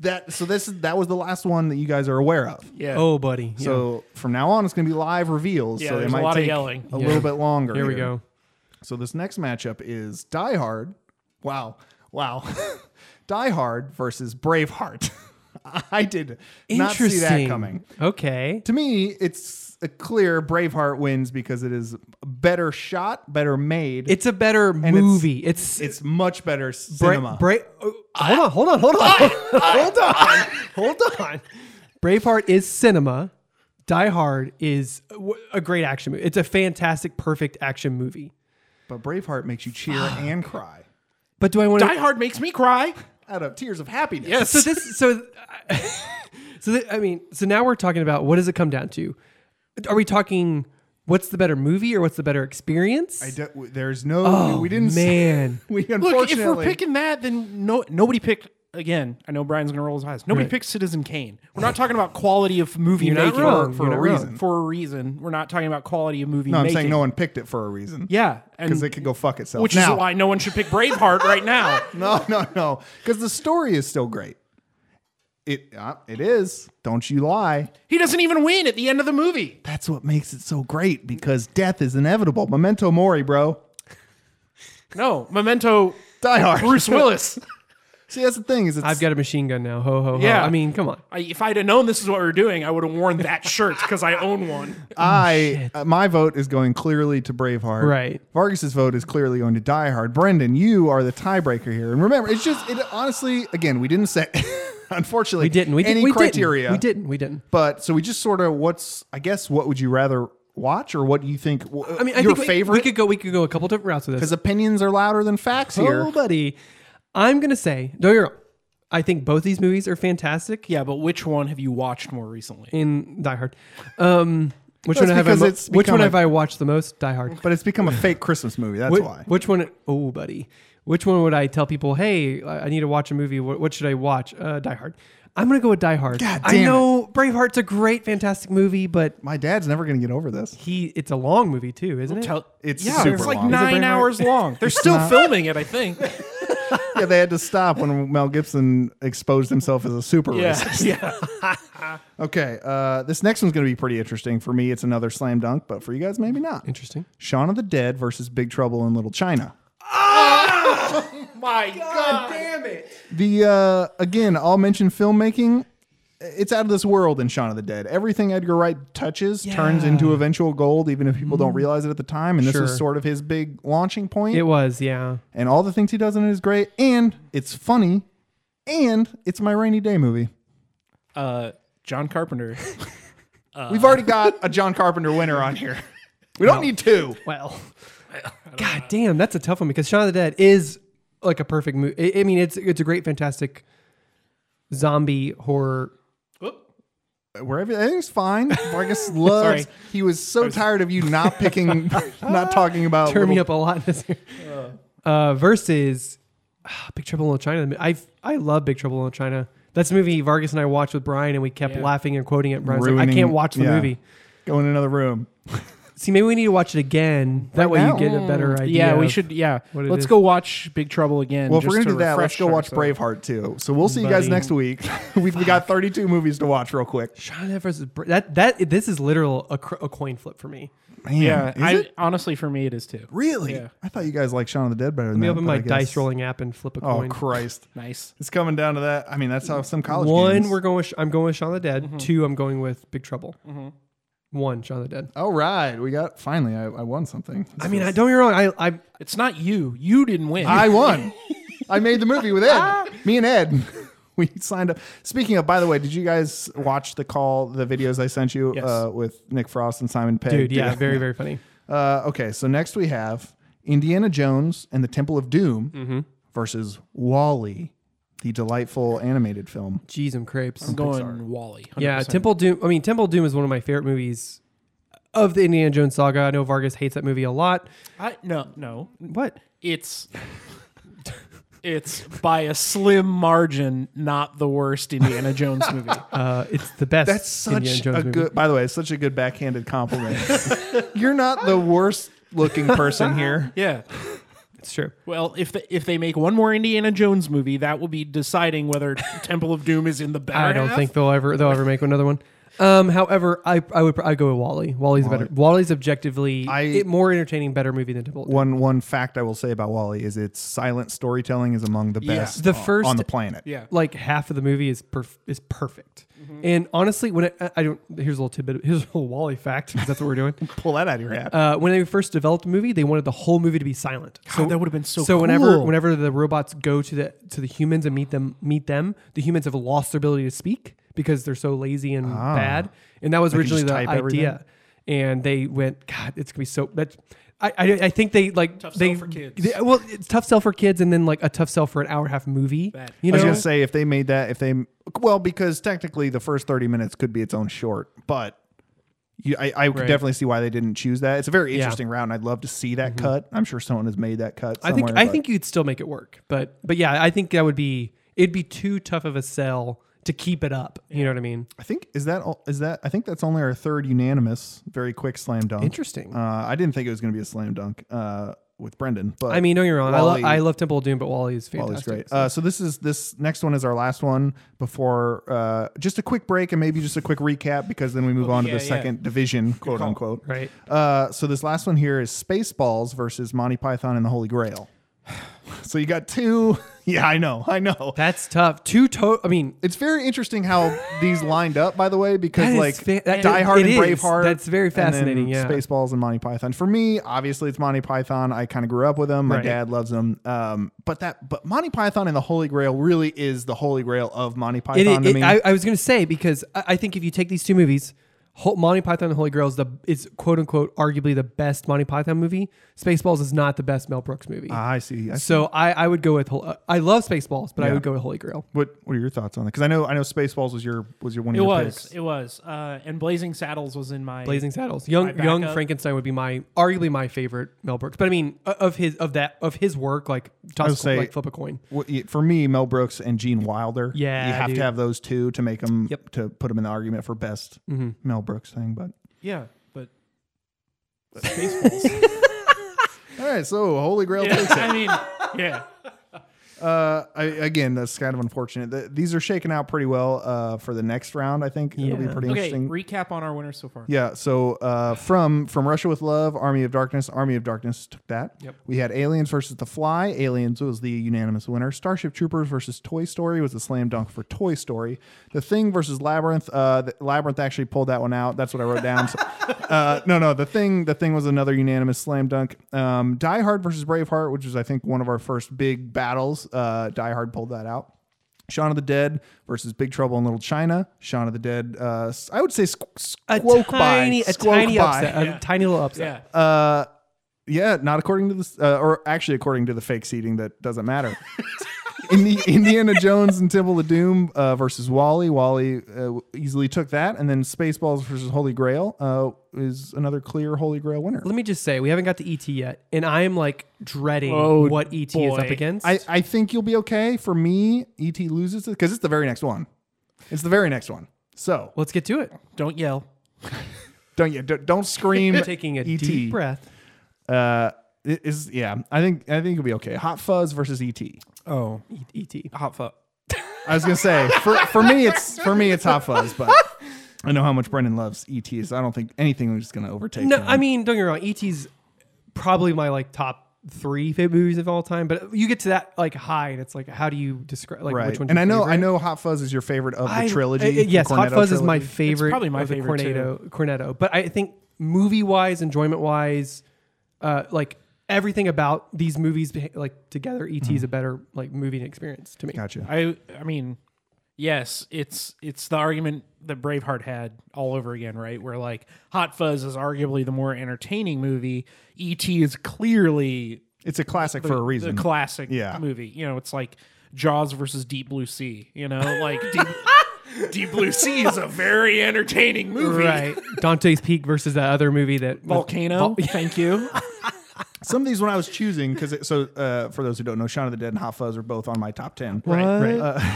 Speaker 2: that so this is that was the last one that you guys are aware of.
Speaker 3: Yeah.
Speaker 1: Oh, buddy. Yeah.
Speaker 2: So from now on, it's going to be live reveals.
Speaker 3: Yeah,
Speaker 2: so they
Speaker 3: there's a
Speaker 2: might
Speaker 3: lot of
Speaker 2: take
Speaker 3: yelling.
Speaker 2: a
Speaker 1: Yeah.
Speaker 2: little bit longer.
Speaker 1: here we go.
Speaker 2: So this next matchup is Die Hard. Wow, wow, Die Hard versus Braveheart. I did not see that coming.
Speaker 1: Okay.
Speaker 2: To me, it's a clear Braveheart wins because it is a better shot, better made.
Speaker 1: It's a better movie. It's
Speaker 2: it's much better cinema.
Speaker 1: Bra- Bra- oh, hold on, hold on, hold on, hold on, hold on. Braveheart is cinema. Die Hard is a w- a great action movie. It's a fantastic, perfect action movie.
Speaker 2: but Braveheart makes you cheer and cry
Speaker 1: But do I want
Speaker 3: Die Hard makes me cry.
Speaker 2: out of tears of happiness.
Speaker 1: So this, so, so th- I mean, so now we're talking about what does it come down to? Are we talking what's the better movie or what's the better experience?
Speaker 2: I don't- there's no. we didn't. s-
Speaker 1: man.
Speaker 2: We
Speaker 3: Oh, Look, if
Speaker 2: unfortunately.
Speaker 3: we're picking that, then no, nobody picked. Again, I know Brian's gonna roll his eyes. Nobody
Speaker 1: Right.
Speaker 3: picked Citizen Kane. We're not talking about quality of movie
Speaker 1: You're not
Speaker 3: making
Speaker 1: wrong.
Speaker 3: for
Speaker 1: You're
Speaker 3: a
Speaker 1: not
Speaker 3: reason.
Speaker 2: wrong.
Speaker 3: For a reason, we're not talking about quality of movie.
Speaker 2: no, I'm
Speaker 3: making.
Speaker 2: saying no one picked it for a reason.
Speaker 3: Yeah,
Speaker 2: because
Speaker 3: and
Speaker 2: it could go fuck itself.
Speaker 3: which
Speaker 2: Now-
Speaker 3: is why no one should pick Braveheart right now.
Speaker 2: No, no, no. Because the story is still great. It uh, it is. Don't you lie.
Speaker 3: He doesn't even win at the end of the movie.
Speaker 2: That's what makes it so great because death is inevitable. Memento mori, bro.
Speaker 3: No, Memento,
Speaker 2: Die hard.
Speaker 3: Bruce Willis.
Speaker 2: See, that's the thing is it's,
Speaker 1: I've got a machine gun now. Ho ho ho.
Speaker 3: Yeah.
Speaker 1: I mean, come on.
Speaker 3: I, if I'd have known this is what we were doing, I would have worn that shirt because I own one.
Speaker 1: Oh,
Speaker 2: I uh, my vote is going clearly to Braveheart.
Speaker 1: Right.
Speaker 2: Vargas's vote is clearly going to Die Hard. Brendan, you are the tiebreaker here. And remember, it's just it honestly again we didn't set unfortunately
Speaker 1: We didn't. We didn't.
Speaker 2: any
Speaker 1: we
Speaker 2: criteria.
Speaker 1: Didn't. We didn't. We didn't.
Speaker 2: But so we just sort of what's I guess what would you rather watch or what do you think?
Speaker 1: I mean, I
Speaker 2: your
Speaker 1: think we-
Speaker 2: favorite
Speaker 1: We, could go. We could go a couple different routes with this.
Speaker 2: because opinions are louder than facts here.
Speaker 1: Oh, buddy, I'm gonna say. No, you're. wrong. I think both these movies are fantastic.
Speaker 3: Yeah, but which one have you watched more recently?
Speaker 1: In Die Hard, um, which
Speaker 2: That's
Speaker 1: one have I?
Speaker 2: because
Speaker 1: mo-
Speaker 2: it's
Speaker 1: which
Speaker 2: become
Speaker 1: one
Speaker 2: a-
Speaker 1: have I watched the most? Die Hard.
Speaker 2: But it's become a fake Christmas movie. That's
Speaker 1: Wh-
Speaker 2: why.
Speaker 1: Which one? Oh, buddy. Which one would I tell people? Hey, I I need to watch a movie. What, what should I watch? Uh, Die Hard. I'm gonna go with Die Hard.
Speaker 2: God
Speaker 1: I
Speaker 2: damn
Speaker 1: know Braveheart's a great, fantastic movie, but
Speaker 2: My dad's never going to get over this.
Speaker 1: he it's a long movie too, isn't it?
Speaker 3: Tell-
Speaker 2: It's
Speaker 3: yeah,
Speaker 2: super
Speaker 3: it's like
Speaker 2: long.
Speaker 1: Is it
Speaker 3: nine
Speaker 1: Braveheart?
Speaker 3: hours long. They're still filming it, I think.
Speaker 2: Yeah, they had to stop when Mel Gibson exposed himself as a super racist.
Speaker 3: yeah.
Speaker 2: Okay, uh, this next one's going to be pretty interesting for me. It's another slam dunk, but for you guys, maybe not.
Speaker 1: Interesting.
Speaker 2: Shaun of the Dead versus Big Trouble in Little China.
Speaker 3: My God.
Speaker 1: Damn it.
Speaker 2: The uh, again, I'll mention filmmaking. It's out of this world in Shaun of the Dead. Everything Edgar Wright touches turns into eventual gold, even if people don't realize it at the time. And this
Speaker 1: Mm-hmm. Sure.
Speaker 2: was sort of his big launching point.
Speaker 1: It was, yeah.
Speaker 2: and all the things he does in it is great, and it's funny, and it's my rainy day movie.
Speaker 3: Uh, John Carpenter.
Speaker 1: Uh.
Speaker 2: We've already got a John Carpenter winner on here. We don't need two.
Speaker 1: Well, God damn, that's a tough one because Shaun of the Dead is like a perfect movie. I, I mean, it's it's a great, fantastic zombie horror.
Speaker 2: Wherever everything's fine. Vargas loves.
Speaker 3: Sorry.
Speaker 2: He was so tired of you not picking, not talking about.
Speaker 1: Turn me
Speaker 2: little-
Speaker 1: up a lot this year. Uh, versus ah, Big Trouble in Little China. I I love Big Trouble in Little China. That's the movie Vargas and I watched with Brian, and we kept
Speaker 3: Yeah.
Speaker 1: laughing and quoting it. Brian's like, I
Speaker 2: Ruining-
Speaker 1: can't watch the
Speaker 2: yeah.
Speaker 1: movie.
Speaker 2: Go in another room.
Speaker 1: See, maybe we need to watch it again. That
Speaker 2: Right
Speaker 1: way
Speaker 2: now?
Speaker 1: you get a better idea.
Speaker 3: Yeah, we
Speaker 1: of-
Speaker 3: should. Yeah.
Speaker 1: what it
Speaker 3: Let's
Speaker 1: is.
Speaker 3: go watch Big Trouble again.
Speaker 2: Well, if
Speaker 3: just
Speaker 2: we're
Speaker 3: to
Speaker 2: gonna do that, let's
Speaker 3: refresh
Speaker 2: go watch
Speaker 3: ourselves.
Speaker 2: Braveheart too. So we'll see you guys
Speaker 1: Buddy.
Speaker 2: next week. We've we got 32 movies to watch real quick.
Speaker 1: Shaun of the Dead versus Bra- that that this is literal a, cr- a coin flip for me.
Speaker 2: Man,
Speaker 3: Yeah.
Speaker 2: is
Speaker 3: I,
Speaker 2: it
Speaker 3: Honestly, for me, it is too.
Speaker 2: really?
Speaker 3: Yeah.
Speaker 2: I thought you guys liked Shaun of the Dead better than
Speaker 1: Let me
Speaker 2: that.
Speaker 1: open
Speaker 2: but
Speaker 1: my
Speaker 2: I guess-
Speaker 1: dice rolling app and flip a
Speaker 2: Oh
Speaker 1: coin.
Speaker 2: Christ!
Speaker 3: Nice.
Speaker 2: It's coming down to that. I mean, that's how some college.
Speaker 1: One,
Speaker 2: games- Mm-hmm.
Speaker 1: we're going. With, I'm going with Shaun of the Dead. Two, I'm going with Big Trouble. One, Shaun of the Dead.
Speaker 2: All right, we got finally. I, I won something.
Speaker 1: I mean, I don't get me wrong. I, I
Speaker 3: It's not you. You didn't win.
Speaker 2: I won. I made the movie with Ed. Me and Ed. We signed up. Speaking of, by the way, did you guys watch the call, the videos I sent you
Speaker 3: Yes.
Speaker 2: uh, with Nick Frost and Simon Pegg?
Speaker 1: dude, yeah, very, very funny.
Speaker 2: Uh, okay, so next we have Indiana Jones and the Temple of Doom versus Wally, the delightful animated film.
Speaker 1: Jeez, I'm crepes.
Speaker 3: I'm going Wally. 100%.
Speaker 1: Yeah, Temple Doom. I mean, Temple Doom is one of my favorite movies of the Indiana Jones saga. I know Vargas hates that movie a lot.
Speaker 3: I, no, no.
Speaker 1: What?
Speaker 3: It's. It's by a slim margin not the worst Indiana Jones movie.
Speaker 1: Uh, it's the best.
Speaker 2: That's
Speaker 1: Indiana
Speaker 2: such
Speaker 1: Jones
Speaker 2: a
Speaker 1: movie.
Speaker 2: good. By the way, it's such a good backhanded compliment. You're not the worst looking person here.
Speaker 3: Yeah.
Speaker 1: It's true.
Speaker 3: Well, if the, if they make one more Indiana Jones movie, that will be deciding whether Temple of Doom is in the better.
Speaker 1: I don't
Speaker 3: half.
Speaker 1: think they'll ever they'll ever make another one. Um, however, I I would I go with Wally. Wally's a better. Wally's objectively
Speaker 2: I-
Speaker 1: it, more entertaining, better movie than Temple. of Doom.
Speaker 2: One one fact I will say about Wally is its silent storytelling is among the
Speaker 3: Yeah.
Speaker 2: best
Speaker 1: The
Speaker 2: on-
Speaker 1: first-
Speaker 2: on the planet.
Speaker 3: Yeah.
Speaker 1: Like half of the movie is perf- is perfect. And honestly, when it, I- I don't here's a little tidbit. Here's a little Wally fact. 'cause That's what we're doing.
Speaker 2: Pull that out of your hat.
Speaker 1: Uh, when they first developed the movie, they wanted the whole movie to be silent. so
Speaker 3: that would've been so
Speaker 1: So whenever
Speaker 3: cool.
Speaker 1: whenever the robots go to the to the humans and meet them meet them, the humans have lost their ability to speak because they're so lazy and bad. And that was
Speaker 2: can
Speaker 1: originally
Speaker 2: just
Speaker 1: the
Speaker 2: type
Speaker 1: idea.
Speaker 2: everything.
Speaker 1: And they went, God, it's gonna be so. That's I, I, I think they like
Speaker 3: Tough
Speaker 1: they
Speaker 3: sell for kids.
Speaker 1: they- well, it's tough sell for kids, and then like a tough sell for an hour and a half movie.
Speaker 3: Bad.
Speaker 1: You
Speaker 2: I
Speaker 1: know,
Speaker 2: was gonna say if they made that if they well because technically the first thirty minutes could be its own short, but you, I, I could
Speaker 1: Right.
Speaker 2: definitely see why they didn't choose that. It's a very interesting route, and I'd love to see that cut. I'm sure someone has made that cut.
Speaker 1: Mm-hmm. I think
Speaker 2: somewhere,
Speaker 1: I
Speaker 2: but-
Speaker 1: think you'd still make it work, but but yeah, I think that would be it'd be too tough of a sell to keep it up. You know what I mean?
Speaker 2: I think is that all, is that I think that's only our third unanimous very quick slam dunk.
Speaker 1: Interesting.
Speaker 2: Uh, I didn't think it was going to be a slam dunk uh, with Brendan, but
Speaker 1: I mean, don't get me wrong.
Speaker 2: Wall-E-
Speaker 1: I, lo- I love Temple of Doom, but Wally is
Speaker 2: All
Speaker 1: fantastic.
Speaker 2: is great. Uh, so this is this next one is our last one before uh, just a quick break and maybe just a quick recap because then we move on
Speaker 3: Oh, yeah,
Speaker 2: to the
Speaker 3: yeah.
Speaker 2: second division, quote unquote.
Speaker 1: Right.
Speaker 2: Uh, so this last one here is Spaceballs versus Monty Python and the Holy Grail. so you got two. Yeah, I know, I know.
Speaker 1: That's tough. Two to. I mean,
Speaker 2: It's very interesting how these lined up, by the way, because
Speaker 1: That is
Speaker 2: like
Speaker 1: fa- that-
Speaker 2: Die Hard
Speaker 1: it
Speaker 2: and
Speaker 1: is.
Speaker 2: Braveheart.
Speaker 1: That's very
Speaker 2: and then
Speaker 1: fascinating, yeah.
Speaker 2: Spaceballs and Monty Python. For me, obviously, it's Monty Python. I kind of grew up with them. My
Speaker 1: Right.
Speaker 2: dad loves them. Um, but that, but Monty Python and the Holy Grail really is the Holy Grail of Monty
Speaker 1: it,
Speaker 2: Python
Speaker 1: it-
Speaker 2: to me.
Speaker 1: I, I was going to say because I, I think if you take these two movies, Ho- Monty Python and the Holy Grail is the is quote unquote arguably the best Monty Python movie. Spaceballs is not the best Mel Brooks movie.
Speaker 2: Ah, I see. I see.
Speaker 1: so I, I would go with Hol- uh, I love Spaceballs, but I
Speaker 2: Yeah.
Speaker 1: would go with Holy Grail.
Speaker 2: What What are your thoughts on that? Because I know I know Spaceballs was your was your one of
Speaker 3: It
Speaker 2: your
Speaker 3: was.
Speaker 2: picks.
Speaker 3: It was. Uh, and Blazing Saddles was in my
Speaker 1: Blazing Saddles, Young
Speaker 3: My
Speaker 1: Young
Speaker 3: backup.
Speaker 1: Frankenstein would be my arguably my favorite Mel Brooks, but I mean o- of his of that of his work like toss
Speaker 2: say-
Speaker 1: like flip a coin.
Speaker 2: What- y- For me, Mel Brooks and Gene Wilder.
Speaker 1: Yeah,
Speaker 2: you have
Speaker 1: dude.
Speaker 2: to have those two to make them
Speaker 1: Yep. Mm-hmm.
Speaker 2: to put them in the argument for best Mel Brooks thing. But
Speaker 3: Yeah, but Spaceballs.
Speaker 2: all right, so Holy Grail
Speaker 3: yeah,
Speaker 2: takes it.
Speaker 3: I mean, yeah.
Speaker 2: Uh, I, again, that's kind of unfortunate. Th these are shaken out pretty well uh, for the next round. I think it'll be
Speaker 1: Yeah.
Speaker 2: pretty
Speaker 3: Okay,
Speaker 2: interesting.
Speaker 3: recap on our winners so far.
Speaker 2: yeah. So uh, from from Russia with Love, Army of Darkness, Army of Darkness took that.
Speaker 1: Yep.
Speaker 2: We had Aliens versus The Fly. Aliens was the unanimous winner. Starship Troopers versus Toy Story was a slam dunk for Toy Story. The Thing versus Labyrinth. Uh, the, Labyrinth actually pulled that one out. That's what I wrote down. So, uh, no, no. The Thing. The Thing was another unanimous slam dunk. Um, Die Hard versus Braveheart, which was I think one of our first big battles. Uh, Die Hard pulled that out. Shaun of the Dead versus Big Trouble in Little China. Shaun of the Dead. Uh, s- I would say squ-
Speaker 1: A
Speaker 2: squoke
Speaker 1: tiny,
Speaker 2: by.
Speaker 1: a
Speaker 2: squoke
Speaker 1: tiny
Speaker 2: by.
Speaker 1: upset, a tiny little upset.
Speaker 3: Yeah.
Speaker 2: Uh, yeah, not according to this, uh, or actually according to the fake seating that doesn't matter. In the Indiana Jones and Temple of Doom uh, versus Wally. Wally uh, easily took that, and then Spaceballs versus Holy Grail uh, is another clear Holy Grail winner.
Speaker 1: Let me just say, we haven't got to ET yet, and I am like dreading
Speaker 3: Oh,
Speaker 1: what ET is up
Speaker 3: boy.
Speaker 1: against.
Speaker 2: I, I think you'll be okay. For me, ET loses it because it's the very next one. It's the very next one. So
Speaker 1: Let's get to it.
Speaker 3: Don't yell.
Speaker 2: don't you don't, don't scream.
Speaker 1: Taking a
Speaker 2: ET.
Speaker 1: deep breath.
Speaker 2: Uh, it is yeah. I think I think it'll be okay. Hot Fuzz versus ET.
Speaker 3: Oh,
Speaker 2: E
Speaker 1: ET.
Speaker 3: hot fuck.
Speaker 2: I was gonna say for, for me it's for me it's Hot Fuzz, but I know how much Brendan loves ET, so I don't think anything is gonna overtake.
Speaker 1: No,
Speaker 2: him.
Speaker 1: I mean, don't get me wrong. ET's probably my like top three favorite movies of all time. But you get to that like high, and it's like, how do you describe like
Speaker 2: right.
Speaker 1: which one?
Speaker 2: and I know I know Hot Fuzz is your favorite of the trilogy. the
Speaker 1: uh, yes, Hot
Speaker 2: Cornetto
Speaker 1: Fuzz is my
Speaker 2: trilogy.
Speaker 1: favorite.
Speaker 3: probably my
Speaker 1: of the
Speaker 3: favorite,
Speaker 1: Cornetto, Cornetto. But I think movie wise, enjoyment wise, uh, like everything about these movies, beha- like together, ET
Speaker 2: Mm-hmm.
Speaker 1: is a better like movie experience to me.
Speaker 2: Gotcha.
Speaker 3: I I mean, yes, it's it's the argument that Braveheart had all over again, right? Where like Hot Fuzz is arguably the more entertaining movie. E.T. is clearly
Speaker 2: It's a classic for a reason.
Speaker 3: the classic
Speaker 2: Yeah.
Speaker 3: movie. You know, it's like Jaws versus Deep Blue Sea. You know, like Deep, Deep Blue Sea is a very entertaining movie.
Speaker 1: Right. Dante's Peak versus that other movie that was-
Speaker 3: Volcano.
Speaker 1: Vol-
Speaker 3: thank you.
Speaker 2: Some of these when I was choosing because so uh, for those who don't know, Shaun of the Dead and Hot Fuzz are both on my top ten.
Speaker 1: right.
Speaker 2: Uh,
Speaker 1: Uh,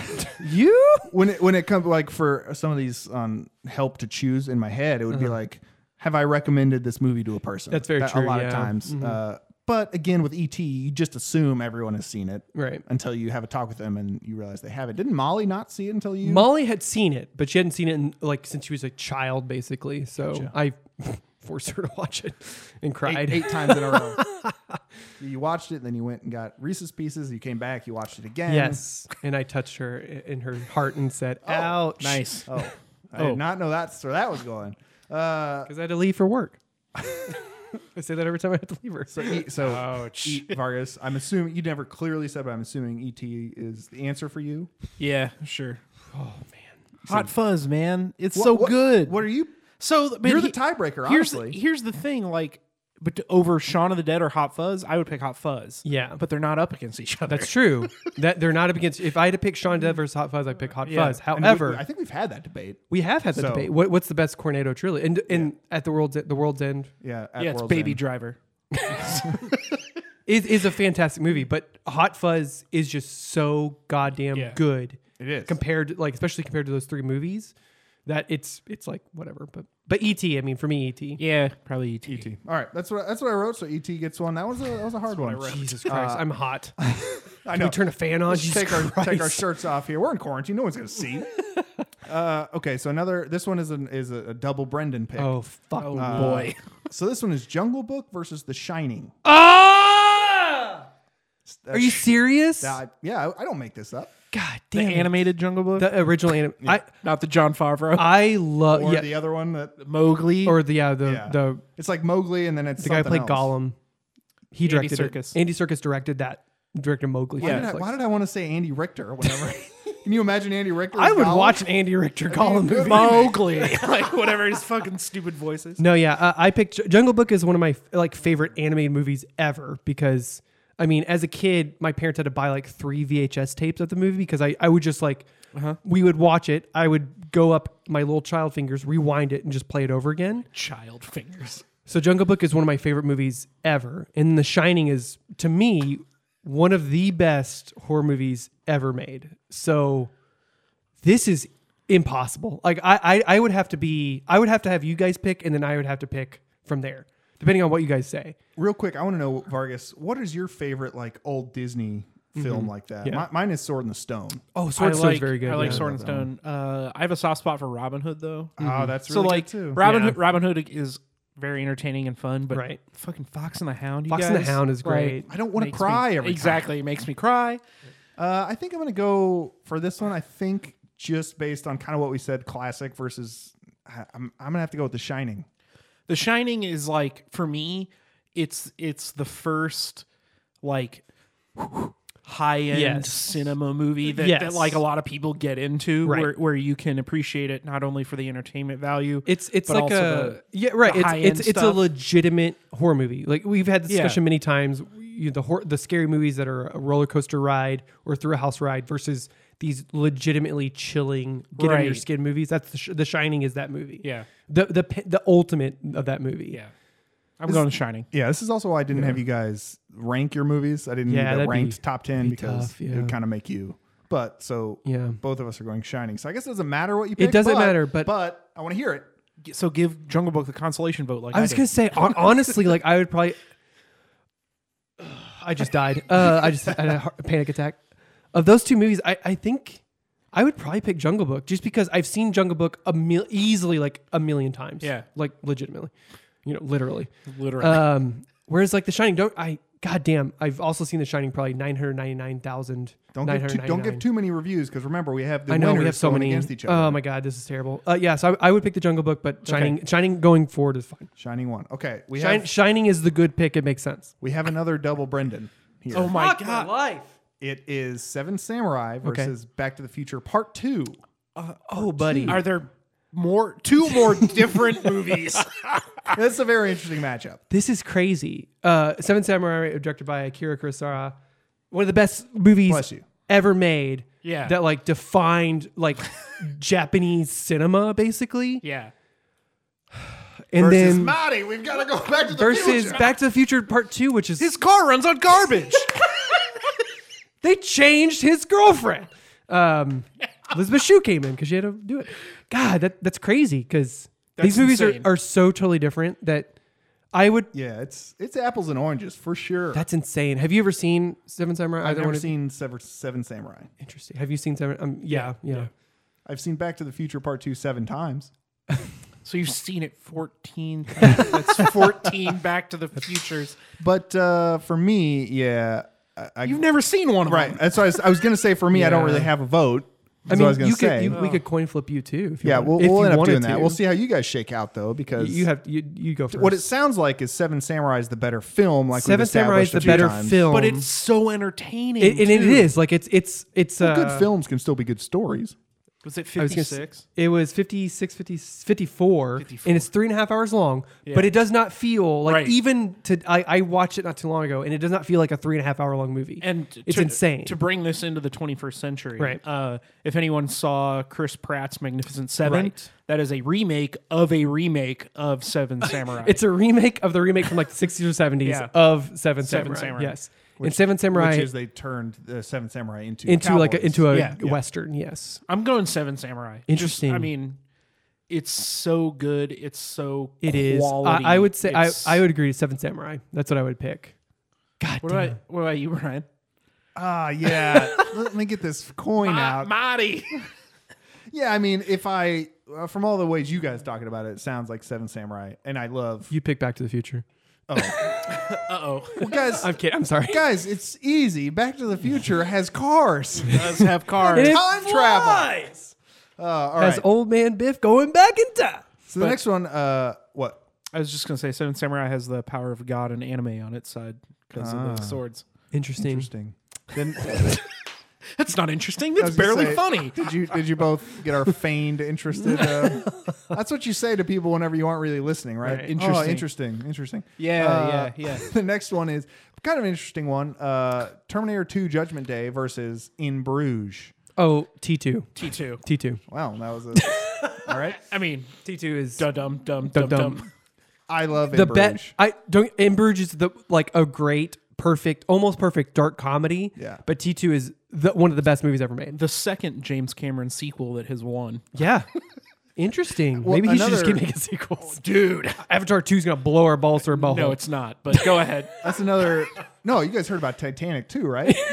Speaker 2: you when it when it comes like for some of these on help to choose in my head it would be like have i recommended this movie to a person
Speaker 1: Uh-huh. That's very
Speaker 2: That-
Speaker 1: true,
Speaker 2: a lot
Speaker 1: yeah. Mm-hmm.
Speaker 2: of times uh But again, with ET, you just assume everyone has seen it
Speaker 1: Right.
Speaker 2: until you have a talk with them and you realize they haven't. Didn't Molly not see it until you?
Speaker 1: Molly had seen it, but she hadn't seen it in, like since she was a child, basically. So I forced her to watch it and cried.
Speaker 2: eight, eight times in a row. you watched it, then you went and got Reese's Pieces. You came back, you watched it again.
Speaker 1: Yes, and I touched her i- in her heart and said, "Ouch!"
Speaker 3: Nice.
Speaker 2: Oh, I did not know that's where that was going. Uh,
Speaker 1: because I had to leave for work. I say that every time I have to leave her.
Speaker 2: so, e, so E, Vargas, I'm assuming you never clearly said, but I'm assuming ET is the answer for you.
Speaker 3: Yeah, sure.
Speaker 1: oh man,
Speaker 3: Hot fuzz, man. It's
Speaker 2: What-
Speaker 3: so
Speaker 2: what-
Speaker 3: good.
Speaker 2: What are you?
Speaker 3: so man,
Speaker 2: You're the
Speaker 3: he-
Speaker 2: tiebreaker,
Speaker 3: Here's
Speaker 2: honestly.
Speaker 3: the, E here's the thing, like, but to- over Shaun of the Dead or Hot Fuzz, I would pick Hot Fuzz.
Speaker 1: Yeah.
Speaker 3: but they're not up against each other.
Speaker 1: that's true. that they're not up against. If I had to pick Sean Dead versus Hot Fuzz, I would pick Hot
Speaker 3: Yeah.
Speaker 1: Fuzz.
Speaker 2: And
Speaker 1: However,
Speaker 2: we- I think we've had that debate.
Speaker 1: We have had the
Speaker 2: So-
Speaker 1: debate. What, what's the best Cornado trilogy? And and at the world's the world's end
Speaker 2: Yeah, at
Speaker 3: yeah, it's
Speaker 2: World's
Speaker 3: Baby
Speaker 2: End.
Speaker 3: Driver.
Speaker 1: is is a fantastic movie, but Hot Fuzz is just so goddamn
Speaker 3: Yeah.
Speaker 1: good
Speaker 2: It is.
Speaker 1: compared, like especially compared to those three movies, that it's it's like whatever. But but ET, I mean, for me, E ET.
Speaker 3: Yeah, probably E ET.
Speaker 2: ET. E All right, that's what that's what I wrote. So ET gets one. That was a that was a hard one.
Speaker 1: Jesus Christ, I'm hot.
Speaker 2: Uh, I
Speaker 1: Can
Speaker 2: know.
Speaker 1: we turn a fan on? Jesus
Speaker 2: take our
Speaker 1: Christ.
Speaker 2: take our shirts off here. We're in quarantine. No one's gonna see. uh, okay, so another. This one is an is a, a double Brendan pick.
Speaker 1: Oh fuck,
Speaker 2: Uh,
Speaker 1: boy.
Speaker 2: So this one is Jungle Book versus The Shining.
Speaker 1: Ah!
Speaker 2: Uh,
Speaker 1: Are you
Speaker 2: sh-
Speaker 1: serious?
Speaker 2: uh, yeah, I, I don't make this up.
Speaker 1: God
Speaker 3: The
Speaker 1: damn. it.
Speaker 3: animated Jungle Book,
Speaker 1: the original anime. I
Speaker 3: not the John Favreau.
Speaker 1: I love
Speaker 2: Or
Speaker 1: yeah.
Speaker 2: the other one that
Speaker 3: Mowgli.
Speaker 1: or the yeah the
Speaker 2: yeah.
Speaker 1: the
Speaker 2: it's like Mowgli, and then it's
Speaker 1: the guy who
Speaker 2: something
Speaker 1: played
Speaker 2: else.
Speaker 1: Gollum. He directed
Speaker 3: Serkis.
Speaker 1: It. Andy Circus directed that. Directed Mowgli. for
Speaker 2: Why, did I,
Speaker 1: Netflix.
Speaker 2: why did I want to say Andy Richter? Whenever can you imagine Andy Richter?
Speaker 1: I
Speaker 2: as
Speaker 1: would
Speaker 2: Gollum?
Speaker 1: watch an Andy Richter Gollum movie.
Speaker 3: Mowgli, like whatever his fucking stupid voices.
Speaker 1: No, yeah, uh, I picked Jungle Book is one of my like favorite animated movies ever because I mean, as a kid, my parents had to buy like three VHS tapes of the movie because I I would just like we would watch it. I would go up my little child fingers, rewind it, and just play it over again.
Speaker 3: Child fingers.
Speaker 1: So Jungle Book is one of my favorite movies ever, and The Shining is to me one of the best horror movies ever made. So this is impossible. Like I, I, I would have to be, I would have to have you guys pick, and then I would have to pick from there, depending on what you guys say.
Speaker 2: Real quick, I want to know Vargas. What is your favorite like old Disney film like that?
Speaker 1: Mm-hmm. Yeah.
Speaker 2: Mi- mine is Sword in the Stone.
Speaker 1: Oh,
Speaker 3: I
Speaker 1: Sword Stone's
Speaker 3: like,
Speaker 1: very good.
Speaker 3: I like
Speaker 1: yeah.
Speaker 3: Sword and Stone. Uh, I have a soft spot for Robin Hood though. Mm.
Speaker 2: Ah, that's
Speaker 3: so
Speaker 2: really
Speaker 3: like
Speaker 2: good too.
Speaker 3: Robin
Speaker 1: Yeah.
Speaker 3: Hood, Robin Hood is very entertaining and fun, but
Speaker 1: Right.
Speaker 3: fucking Fox and the Hound. you
Speaker 1: Fox and the
Speaker 3: guys,
Speaker 1: Hound is
Speaker 3: like,
Speaker 1: great.
Speaker 2: I don't want to
Speaker 3: makes
Speaker 2: cry
Speaker 3: me-
Speaker 2: every time.
Speaker 3: exactly. It makes me cry.
Speaker 2: Uh, I think I'm going to go for this one. I think just based on kind of what we said, classic versus. I- I'm, I'm going to have to go with The Shining.
Speaker 3: The Shining is like for me, it's it's the first like high end
Speaker 1: Yes.
Speaker 3: cinema movie that,
Speaker 1: Yes.
Speaker 3: that like a lot of people get into,
Speaker 1: Right.
Speaker 3: where where you can appreciate it not only for the entertainment value.
Speaker 1: It's it's
Speaker 3: but
Speaker 1: like
Speaker 3: also
Speaker 1: a
Speaker 3: the-
Speaker 1: yeah right.
Speaker 3: the
Speaker 1: It's
Speaker 3: high-end
Speaker 1: it's, it's a
Speaker 3: stuff.
Speaker 1: legitimate horror movie. Like we've had this
Speaker 3: Yeah.
Speaker 1: discussion many times. You, the hor- the scary movies that are a roller coaster ride or through a house ride versus these legitimately chilling get under your
Speaker 3: Right.
Speaker 1: skin movies. That's the, sh- the Shining is that movie.
Speaker 3: Yeah.
Speaker 1: the the pe- the ultimate of that movie.
Speaker 3: yeah. I'm going to Shining.
Speaker 2: Yeah, this is also why I didn't have you guys rank your movies. I didn't
Speaker 1: Yeah,
Speaker 2: need
Speaker 1: that'd
Speaker 2: a
Speaker 1: be-
Speaker 2: ranked top 10
Speaker 1: be
Speaker 2: because
Speaker 1: tough, yeah.
Speaker 2: it would kind of make you. But so
Speaker 1: Yeah.
Speaker 2: both of us are going Shining. So I guess it doesn't matter what you pick.
Speaker 1: doesn't matter, but-
Speaker 2: But I want to hear it.
Speaker 3: So give Jungle Book the consolation vote. Like
Speaker 1: I was
Speaker 3: did.
Speaker 1: gonna say hon- honestly, like I would probably. I just died. Uh, I just had a heart- panic attack. Of those two movies, I, I think I would probably pick Jungle Book just because I've seen Jungle Book a mil- easily like a million times.
Speaker 3: Yeah.
Speaker 1: like legitimately, you know, literally.
Speaker 3: literally.
Speaker 1: Um, whereas like The Shining, don't I? Goddamn, I've also seen The Shining probably nine hundred ninety nine thousand.
Speaker 2: Don't give, too, don't give too many reviews because remember, we have the
Speaker 1: I know we
Speaker 2: winners
Speaker 1: have so
Speaker 2: going
Speaker 1: many.
Speaker 2: against each other.
Speaker 1: Oh my god, this is terrible. Uh, yeah, so I, I would pick the Jungle Book, but Shining, Shining going forward is fine.
Speaker 2: Shining one. Okay, we
Speaker 1: Shin-
Speaker 2: have
Speaker 1: Shining is the good pick. It makes sense.
Speaker 2: we have another double Brendan here.
Speaker 3: oh my god.
Speaker 1: life.
Speaker 2: It is Seven Samurai versus Back to the Future Part Two.
Speaker 1: Oh, buddy.
Speaker 3: Are there more two more different movies?
Speaker 2: That's a very interesting matchup.
Speaker 1: This is crazy. Uh, Seven Samurai, directed by Akira Kurosawa, one of the best movies
Speaker 2: Bless you.
Speaker 1: ever made.
Speaker 3: Yeah.
Speaker 1: That like defined like Japanese cinema basically.
Speaker 3: yeah.
Speaker 1: And
Speaker 2: Versus
Speaker 1: then
Speaker 2: Marty, we've got to go back to the
Speaker 1: versus
Speaker 2: future.
Speaker 1: Back to the Future Part 2, which is
Speaker 3: His car runs on garbage.
Speaker 1: they changed his girlfriend. Um, Elizabeth Shue came in because she had to do it. God, that, that's crazy because these movies are,
Speaker 3: insane.
Speaker 1: are so totally different that I would.
Speaker 2: Yeah, it's it's apples and oranges for sure.
Speaker 1: That's insane. Have you ever seen Seven Samurai?
Speaker 2: I've
Speaker 1: Either
Speaker 2: never
Speaker 1: one of-
Speaker 2: seen Sever- Seven Samurai.
Speaker 1: Interesting. Have you seen Seven? Um, yeah, yeah.
Speaker 2: I've seen Back to the Future Part Two seven times.
Speaker 3: So you've seen it 14 times. That's 14 Back to the Futures.
Speaker 2: But uh, for me, yeah, I, I,
Speaker 3: You've never seen one of
Speaker 2: right.
Speaker 3: them.
Speaker 2: That's what I was, I was gonna say. For me, I don't
Speaker 1: Yeah.
Speaker 2: really have a vote.
Speaker 1: I mean,
Speaker 2: That's what I was gonna
Speaker 1: you
Speaker 2: say.
Speaker 1: could. You, we could coin flip you too. If you
Speaker 2: yeah,
Speaker 1: want-
Speaker 2: we'll,
Speaker 1: if
Speaker 2: we'll
Speaker 1: you
Speaker 2: end up
Speaker 1: wanted
Speaker 2: doing that.
Speaker 1: to.
Speaker 2: We'll see how you guys shake out though, because
Speaker 1: You have you. You go first.
Speaker 2: what it sounds like is Seven Samurai is the better film. Like we've
Speaker 1: Seven Samurai is
Speaker 2: established a
Speaker 1: the
Speaker 2: few
Speaker 1: better
Speaker 2: times.
Speaker 1: film,
Speaker 3: But it's so entertaining.
Speaker 1: it, and it
Speaker 3: too.
Speaker 1: is like it's it's it's uh,
Speaker 2: Well, good films can still be good stories.
Speaker 3: Was it
Speaker 1: I was gonna s-
Speaker 3: 56?
Speaker 1: It was 56, 50, 54,
Speaker 3: 54.
Speaker 1: and it's three and a half hours long, but it does not feel like
Speaker 3: Right.
Speaker 1: even to. I, I watched it not too long ago, and it does not feel like a three and a half hour long movie.
Speaker 3: and
Speaker 1: it's
Speaker 3: to,
Speaker 1: insane.
Speaker 3: to bring this into the 21st century.
Speaker 1: Right.
Speaker 3: Uh, if anyone saw Chris Pratt's Magnificent Seven,
Speaker 1: Right.
Speaker 3: that is a remake of a remake of Seven Samurai.
Speaker 1: it's a remake of the remake from like the 60s or 70s
Speaker 3: Yeah.
Speaker 1: of Seven,
Speaker 3: Seven
Speaker 1: Samurai.
Speaker 3: Samurai.
Speaker 1: Yes, and Seven Samurai
Speaker 2: Which is they turned the Seven Samurai into
Speaker 1: into like a,
Speaker 2: cowboys.
Speaker 1: into a
Speaker 3: Yeah. Yeah.
Speaker 1: western. Yes,
Speaker 3: I'm going Seven Samurai. Just-
Speaker 1: Interesting.
Speaker 3: I mean, it's so good. It's so
Speaker 1: it is.
Speaker 3: quality.
Speaker 1: I, I would say I,
Speaker 3: It's-
Speaker 1: I would agree. Seven Samurai. That's what I would pick. God
Speaker 3: What
Speaker 1: damn.
Speaker 3: about, what about you, Brian?
Speaker 2: Ah, yeah. Let me get this coin
Speaker 3: Ah,
Speaker 2: out.
Speaker 3: Marty.
Speaker 2: yeah, I mean, if I uh, from all the ways you guys talking about it, it sounds like Seven Samurai, and I love
Speaker 1: you pick Back to the Future.
Speaker 3: Uh oh.
Speaker 2: well, guys.
Speaker 1: I'm kidding. I'm sorry.
Speaker 2: guys, it's easy. Back to the Future has cars.
Speaker 3: Does have cars.
Speaker 1: It
Speaker 2: Time travel.
Speaker 1: flies.
Speaker 2: Uh, all
Speaker 1: As
Speaker 2: right.
Speaker 1: old man Biff going back in time.
Speaker 2: so the next one, uh, what?
Speaker 3: I was just gonna say Seven Samurai has the power of God and anime on its side because
Speaker 1: Ah.
Speaker 3: of the swords.
Speaker 1: Interesting.
Speaker 2: Interesting. Then
Speaker 3: That's not interesting.
Speaker 2: I was
Speaker 3: That's
Speaker 2: gonna
Speaker 3: barely
Speaker 2: say,
Speaker 3: funny.
Speaker 2: Did you did you both get our feigned interested? Uh, that's what you say to people whenever you aren't really listening, right?
Speaker 1: Right.
Speaker 2: Oh,
Speaker 3: Interesting.
Speaker 2: interesting, interesting.
Speaker 3: Yeah,
Speaker 2: Uh,
Speaker 3: yeah, yeah.
Speaker 2: The next one is kind of an interesting one. Uh, Terminator 2 Judgment Day versus In Bruges.
Speaker 1: Oh, T2.
Speaker 3: T two.
Speaker 1: T2.
Speaker 2: Wow, that was a, all right.
Speaker 3: I mean,
Speaker 1: T2 is
Speaker 3: dum dum dum dum
Speaker 1: Dum
Speaker 3: dum.
Speaker 2: I love
Speaker 1: the
Speaker 2: In Bruges.
Speaker 1: bet. I don't. In Bruges is the like a great, perfect, almost perfect dark comedy.
Speaker 2: Yeah.
Speaker 1: But T2 is the, one of the best movies ever made.
Speaker 3: The second James Cameron sequel that has won.
Speaker 1: Yeah. Interesting. Maybe he should just
Speaker 2: another-
Speaker 1: keep making sequels.
Speaker 3: Dude.
Speaker 1: Avatar 2 is gonna blow our balls through a butthole.
Speaker 3: No, it's not. But go ahead.
Speaker 2: That's another. No, you guys heard about Titanic too, right?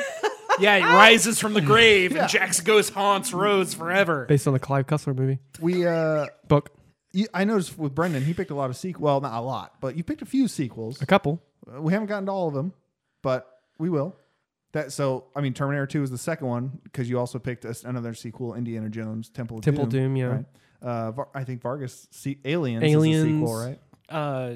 Speaker 3: Yeah, he rises from the grave,
Speaker 2: Yeah.
Speaker 3: and Jack's ghost haunts Rose forever.
Speaker 1: based on the Clive Cussler movie
Speaker 2: We, uh,
Speaker 1: book.
Speaker 2: you, I noticed with Brendan, he picked a lot of sequels. Well, not a lot, but you picked a few sequels.
Speaker 1: A couple.
Speaker 2: Uh, We haven't gotten to all of them, but we will. That so I mean, Terminator Two is the second one because you also picked us another sequel, Indiana Jones Temple of
Speaker 1: Temple of Doom,
Speaker 2: Doom.
Speaker 1: yeah.
Speaker 2: Right? Uh, Var- I think Vargas see, Aliens, is a
Speaker 1: Aliens.
Speaker 2: sequel, right?
Speaker 3: Uh,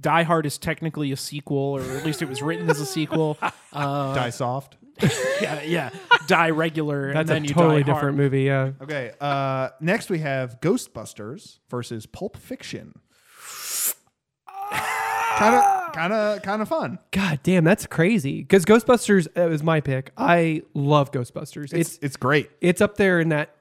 Speaker 3: Die Hard is technically a sequel, or at least it was written as a sequel. Uh,
Speaker 2: Die Soft.
Speaker 3: yeah, yeah. Die Regular.
Speaker 1: That's
Speaker 3: and then
Speaker 1: a
Speaker 3: you
Speaker 1: totally
Speaker 3: Die Hard.
Speaker 1: different movie. Yeah.
Speaker 2: Okay. Uh, next we have Ghostbusters versus Pulp Fiction. Kind of, kind of, kind of fun.
Speaker 1: God damn, that's crazy. Because Ghostbusters uh, is my pick. I love Ghostbusters. It's
Speaker 2: It's great.
Speaker 1: it's up there in that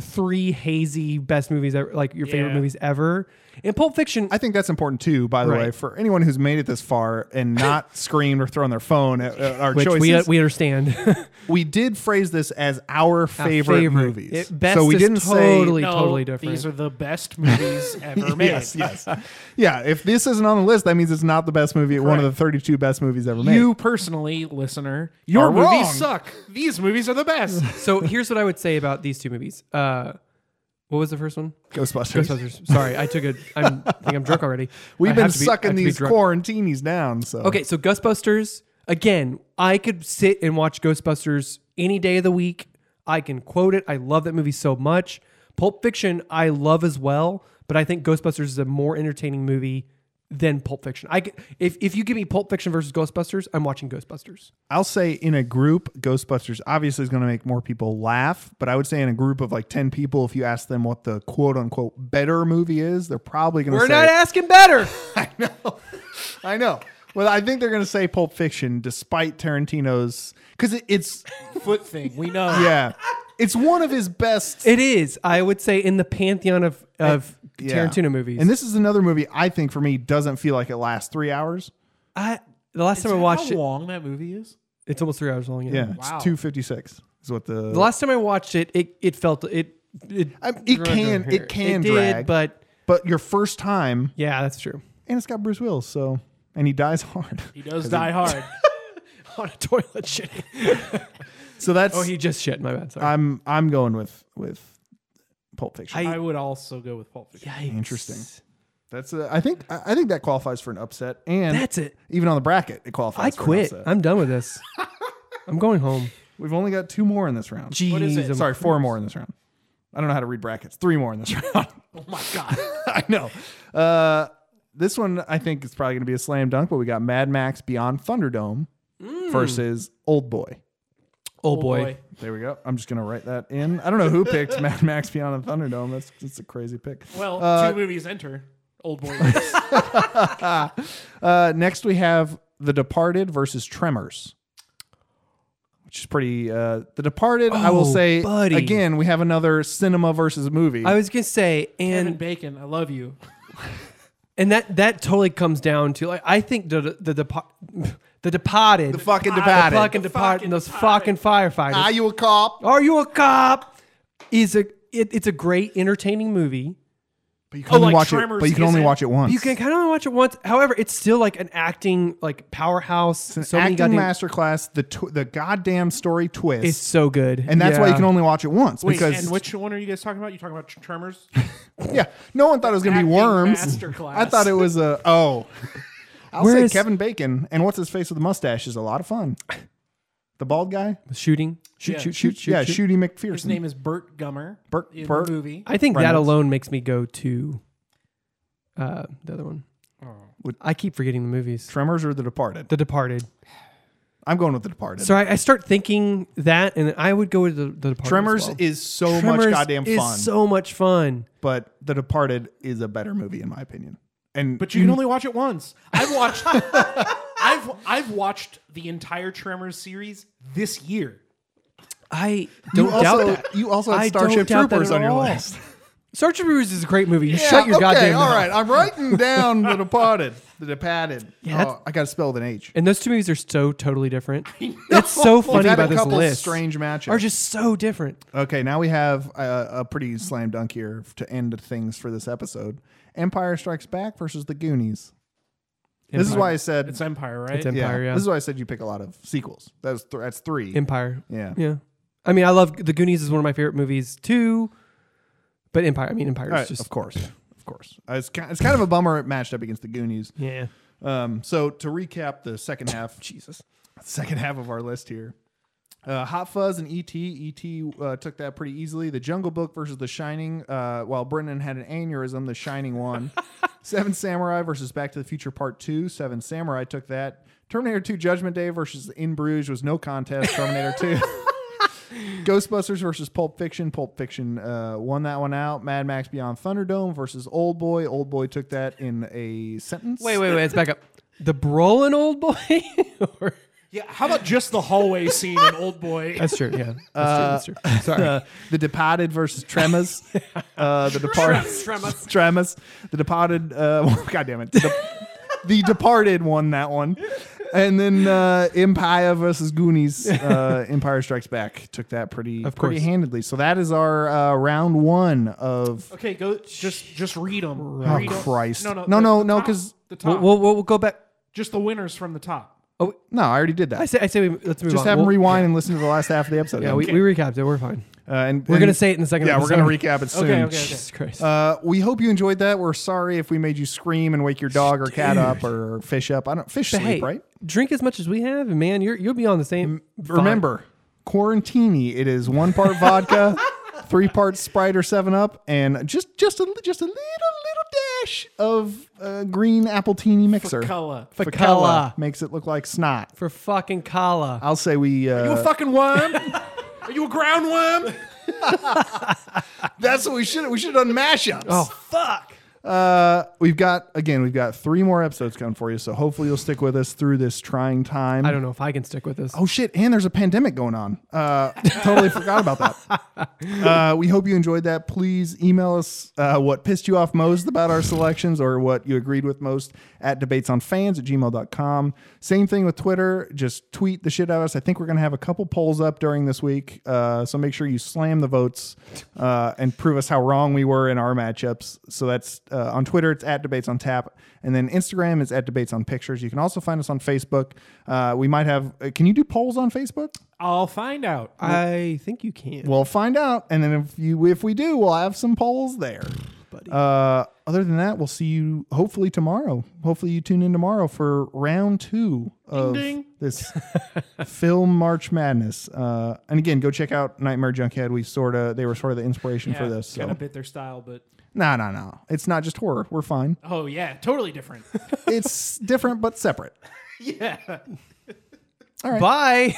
Speaker 1: three hazy best movies ever, like your favorite
Speaker 3: Yeah.
Speaker 1: movies ever. And Pulp Fiction,
Speaker 2: I think that's important too. By the
Speaker 1: Right.
Speaker 2: way, for anyone who's made it this far and not screamed or thrown their phone at, at our
Speaker 1: which
Speaker 2: choices,
Speaker 1: we, uh, we understand,
Speaker 2: we did phrase this as our favorite, movies.
Speaker 1: It, best
Speaker 2: so we
Speaker 1: is
Speaker 2: didn't
Speaker 1: totally,
Speaker 3: No,
Speaker 1: totally different.
Speaker 3: These are the best movies ever
Speaker 2: say
Speaker 3: made.
Speaker 2: yes, yes. yeah, if this isn't on the list, that means it's not the best movie, one of the 32 best movies ever made.
Speaker 3: You personally, listener, your
Speaker 2: Are
Speaker 3: movies
Speaker 2: wrong.
Speaker 3: suck. These movies are the best.
Speaker 1: so here's what I would say about these two movies. Uh, what was the first one?
Speaker 2: Ghostbusters.
Speaker 1: Ghostbusters. Sorry, I took a. I'm, I think I'm drunk already. I
Speaker 2: We've been
Speaker 1: have to be- I
Speaker 2: sucking
Speaker 1: have to be
Speaker 2: these
Speaker 1: drunk.
Speaker 2: quarantinis down, so
Speaker 1: Okay, so Ghostbusters, again, I could sit and watch Ghostbusters any day of the week. I can quote it. I love that movie so much. Pulp Fiction, I love as well, but I think Ghostbusters is a more entertaining movie than Pulp Fiction. I could, if, if you give me Pulp Fiction versus Ghostbusters, I'm watching Ghostbusters.
Speaker 2: I'll say in a group, Ghostbusters obviously is going to make more people laugh, but I would say in a group of like 10 people, if you ask them what the quote unquote better movie is, they're probably going to
Speaker 1: We're
Speaker 2: say,
Speaker 1: not asking better.
Speaker 2: I know. Well, I think they're going to say Pulp Fiction despite Tarantino's, because it, it's,
Speaker 3: Foot thing. We know.
Speaker 2: yeah, it's one of his best
Speaker 1: it is, I would say, in the pantheon of, of
Speaker 2: Yeah.
Speaker 1: Tarantino movies.
Speaker 2: And this is another movie I think for me doesn't feel like it lasts three hours.
Speaker 1: I, the last time I watched
Speaker 3: how
Speaker 1: it,
Speaker 3: long that movie is.
Speaker 1: it's almost three hours long. Yeah.
Speaker 2: Yeah,
Speaker 3: Wow.
Speaker 2: it's two fifty six is what the,
Speaker 1: The last time I watched it, it, it felt it. It,
Speaker 2: I- it can it can
Speaker 1: it
Speaker 2: drag,
Speaker 1: did,
Speaker 2: but
Speaker 1: but
Speaker 2: but your first time
Speaker 1: yeah, that's true.
Speaker 2: and it's got Bruce Willis. So, and he dies hard.
Speaker 3: He does die hard.
Speaker 1: on a toilet shit.
Speaker 2: So that's
Speaker 1: Oh, he just shit. My bad. Sorry.
Speaker 2: I'm I'm going with with Pulp Fiction.
Speaker 3: I would also go with Pulp Fiction.
Speaker 2: Interesting. That's a, I think I I think that qualifies for an upset, and
Speaker 1: That's it.
Speaker 2: Even on the bracket, it qualifies.
Speaker 1: I
Speaker 2: for an
Speaker 1: quit.
Speaker 2: upset.
Speaker 1: I'm done with this. I'm going home.
Speaker 2: We've only got two more in this round.
Speaker 1: Jeez. I'm-
Speaker 2: Sorry, four more in this round. I don't know how to read brackets. Three more in this round.
Speaker 3: Oh my god.
Speaker 2: I know. Uh, this one I think is probably going to be a slam dunk, but we got Mad Max Beyond Thunderdome
Speaker 1: Mm.
Speaker 2: versus Old Boy.
Speaker 1: Oh boy.
Speaker 2: There we go. I'm just going to write that in. I don't know who picked Mad Max Beyond the Thunderdome. That's that's a crazy pick.
Speaker 3: Well,
Speaker 2: Uh,
Speaker 3: two movies enter. Old boy.
Speaker 2: Uh, next, we have The Departed versus Tremors, which is pretty. Uh, the Departed, I will
Speaker 1: Oh,
Speaker 2: say
Speaker 1: buddy.
Speaker 2: again, we have another cinema versus movie.
Speaker 1: I was gonna say,
Speaker 3: Kevin
Speaker 1: and
Speaker 3: Bacon, I love you.
Speaker 1: and that that totally comes down to like I think the the the, depo- the departed, the
Speaker 2: fucking
Speaker 1: the
Speaker 2: Departed.
Speaker 1: fucking departed, and those fucking firefighters.
Speaker 2: Are you a cop?
Speaker 1: Are you a cop? Is a it, it's a great entertaining movie.
Speaker 2: But you can only
Speaker 3: Oh, like
Speaker 2: watch it.
Speaker 3: Tremors
Speaker 2: But you can
Speaker 3: is
Speaker 2: only
Speaker 3: in-
Speaker 2: watch it once.
Speaker 1: You can kind of only watch it once. However, it's still like an acting like powerhouse.
Speaker 2: It's an
Speaker 1: so many
Speaker 2: acting
Speaker 1: goddamn-
Speaker 2: masterclass. The tw- the goddamn story twist,
Speaker 1: It's so good,
Speaker 2: and that's why you
Speaker 1: Yeah.
Speaker 2: can only watch it once
Speaker 3: Wait,
Speaker 2: because
Speaker 3: and which one are you guys talking about? You talking about Tr- Tremors?
Speaker 2: yeah, no one thought it was gonna be
Speaker 3: Acting
Speaker 2: worms.
Speaker 3: masterclass.
Speaker 2: I thought it was a oh. I'll
Speaker 1: Where
Speaker 2: say
Speaker 1: is-
Speaker 2: Kevin Bacon and what's his face with the mustache is a lot of fun. The bald guy,
Speaker 1: shooting, shoot,
Speaker 3: Yeah.
Speaker 1: shoot, shoot, shoot,
Speaker 2: yeah,
Speaker 1: shoot.
Speaker 2: Shooty McPherson.
Speaker 3: His name is Burt Gummer.
Speaker 2: Burt-
Speaker 3: in
Speaker 2: Burt.
Speaker 3: the movie.
Speaker 1: I think that
Speaker 2: Reynolds.
Speaker 1: alone makes me go to uh, the other one.
Speaker 2: Would-
Speaker 1: I keep forgetting the movies.
Speaker 2: Tremors or The Departed?
Speaker 1: The Departed.
Speaker 2: I'm going with The Departed.
Speaker 1: So I, I start thinking that, and I would go with the, the Departed. as
Speaker 2: Tremors
Speaker 1: well.
Speaker 2: is so much
Speaker 1: Tremors
Speaker 2: goddamn
Speaker 1: is
Speaker 2: fun,
Speaker 1: So much fun.
Speaker 2: but The Departed is a better movie in my opinion. And
Speaker 3: But you can only watch it once. I've watched I've I've watched the entire Tremors series this year.
Speaker 1: I
Speaker 2: you
Speaker 1: don't doubt
Speaker 2: also,
Speaker 1: that.
Speaker 2: you also
Speaker 1: I
Speaker 2: had Starship
Speaker 1: don't doubt that
Speaker 2: Troopers
Speaker 1: at
Speaker 2: on your
Speaker 1: all.
Speaker 2: list.
Speaker 1: Starship Troopers is a great movie. You
Speaker 2: Yeah,
Speaker 1: shut your
Speaker 2: okay,
Speaker 1: goddamn mouth.
Speaker 2: All right, I'm writing down The Departed. The Departed.
Speaker 1: Yeah, that's-
Speaker 2: oh, I got to spell with an H.
Speaker 1: And those two movies are so totally different. It's so funny
Speaker 2: We've had
Speaker 1: about
Speaker 2: a
Speaker 1: this
Speaker 2: couple
Speaker 1: list.
Speaker 2: strange matches.
Speaker 1: Are just so different.
Speaker 2: okay, now we have a, a pretty slam dunk here to end things for this episode. Empire Strikes Back versus The Goonies. This is
Speaker 1: Empire.
Speaker 2: why I said
Speaker 3: It's Empire, right?
Speaker 1: It's Empire. Yeah.
Speaker 2: This is why I said you pick a lot of sequels. That's th- that's three.
Speaker 1: Empire.
Speaker 2: yeah.
Speaker 1: Yeah. I mean, I love The Goonies is one of my favorite movies too. But Empire, I mean, Empire is
Speaker 2: All right,
Speaker 1: just
Speaker 2: of course, of course. Uh, It's kind, it's kind of a bummer it matched up against the Goonies.
Speaker 1: yeah.
Speaker 2: Um, so to recap the second half,
Speaker 1: Jesus.
Speaker 2: second half of our list here. Uh, Hot Fuzz and ET. ET uh, took that pretty easily. The Jungle Book versus The Shining. Uh, while Brendan had an aneurysm, The Shining won. Seven Samurai versus Back to the Future Part Two. Seven Samurai took that. Terminator Two Judgment Day versus In Bruges was no contest. Terminator Two. Ghostbusters versus Pulp Fiction. Pulp Fiction uh, won that one out. Mad Max Beyond Thunderdome versus Old Boy. Old Boy took that in a sentence.
Speaker 1: Wait, wait, wait. Let's back up. The Brolin old boy. Or-
Speaker 3: Yeah. How about just the hallway scene in Old Boy?
Speaker 1: that's true. Yeah. That's true. That's true. Sorry.
Speaker 2: Uh, the Departed versus Tremors. Uh, the Departed.
Speaker 3: Tremors.
Speaker 2: Tremors. The Departed. Uh, God damn it. The, the Departed won that one. And then uh, Empire versus Goonies. Uh, Empire Strikes Back took that pretty
Speaker 1: Of
Speaker 2: pretty
Speaker 1: course.
Speaker 2: handedly. So that is our uh, round one of.
Speaker 3: Okay, go just just read them.
Speaker 2: Oh
Speaker 3: Read 'em.
Speaker 2: Christ!
Speaker 3: No, no,
Speaker 2: no,
Speaker 3: the-
Speaker 2: no,
Speaker 3: the
Speaker 2: no,
Speaker 3: top.
Speaker 2: because
Speaker 3: the top.
Speaker 1: We'll, we'll, we'll, we'll go back.
Speaker 3: just the winners from the top.
Speaker 1: Oh,
Speaker 2: no, I already did
Speaker 1: I
Speaker 2: that.
Speaker 1: say, I say, we, let's move
Speaker 2: Just
Speaker 1: on.
Speaker 2: have them
Speaker 1: We'll-
Speaker 2: rewind and listen to the last half of the episode.
Speaker 1: Yeah, we, we recapped it. We're fine.
Speaker 2: uh, and,
Speaker 1: We're
Speaker 2: and-
Speaker 1: gonna say it in the second.
Speaker 2: Yeah, we're
Speaker 1: episode.
Speaker 2: gonna recap it soon.
Speaker 3: Okay, okay, okay.
Speaker 1: Jesus Christ.
Speaker 2: Uh, we hope you enjoyed that. We're sorry if we made you scream and wake your dog or cat up or fish up. I don't fish
Speaker 1: But
Speaker 2: sleep,
Speaker 1: hey,
Speaker 2: right?
Speaker 1: drink as much as we have, and man, you're, you'll be on the same. fine.
Speaker 2: Remember, quarantini. It is one part vodka, three parts Sprite or Seven Up, and just just a just a little little dash of uh, green apple teeny mixer.
Speaker 3: Color.
Speaker 2: Ficala makes it look like snot.
Speaker 1: for fucking Kala.
Speaker 2: I'll say we. Uh,
Speaker 3: You a fucking worm? Are you a ground worm?
Speaker 2: that's what we should we should have done mashups.
Speaker 3: Fuck.
Speaker 2: Oh. Uh, we've got again, we've got three more episodes coming for you. So hopefully you'll stick with us through this trying time.
Speaker 1: I don't know if I can stick with this.
Speaker 2: Oh shit! And there's a pandemic going on. Uh, totally forgot about that. Uh, we hope you enjoyed that. Please email us uh, what pissed you off most about our selections or what you agreed with most at debatesonfans at gmail.com. Same thing with Twitter. Just tweet the shit out of us. I think we're gonna have a couple polls up during this week, uh, so make sure you slam the votes uh, and prove us how wrong we were in our matchups. So that's uh, Uh, on Twitter, it's at Debates on Tap. And then Instagram is at Debates on Pictures. You can also find us on Facebook. Uh, we might have, uh, can you do polls on Facebook?
Speaker 3: I'll find out.
Speaker 1: I think you can.
Speaker 2: We'll find out. And then if you if we do, we'll have some polls there.
Speaker 1: Buddy.
Speaker 2: Uh, other than that, we'll see you hopefully tomorrow. Hopefully you tune in tomorrow for round two of this film March Madness. Uh, and again, go check out Nightmare Junkhead. We sort of they were sort of the inspiration for this.
Speaker 3: kind
Speaker 2: So.
Speaker 3: of bit their style, but
Speaker 2: No, no, no. It's not just horror. We're fine.
Speaker 3: oh yeah, totally different.
Speaker 2: it's different but separate.
Speaker 3: yeah.
Speaker 1: Bye.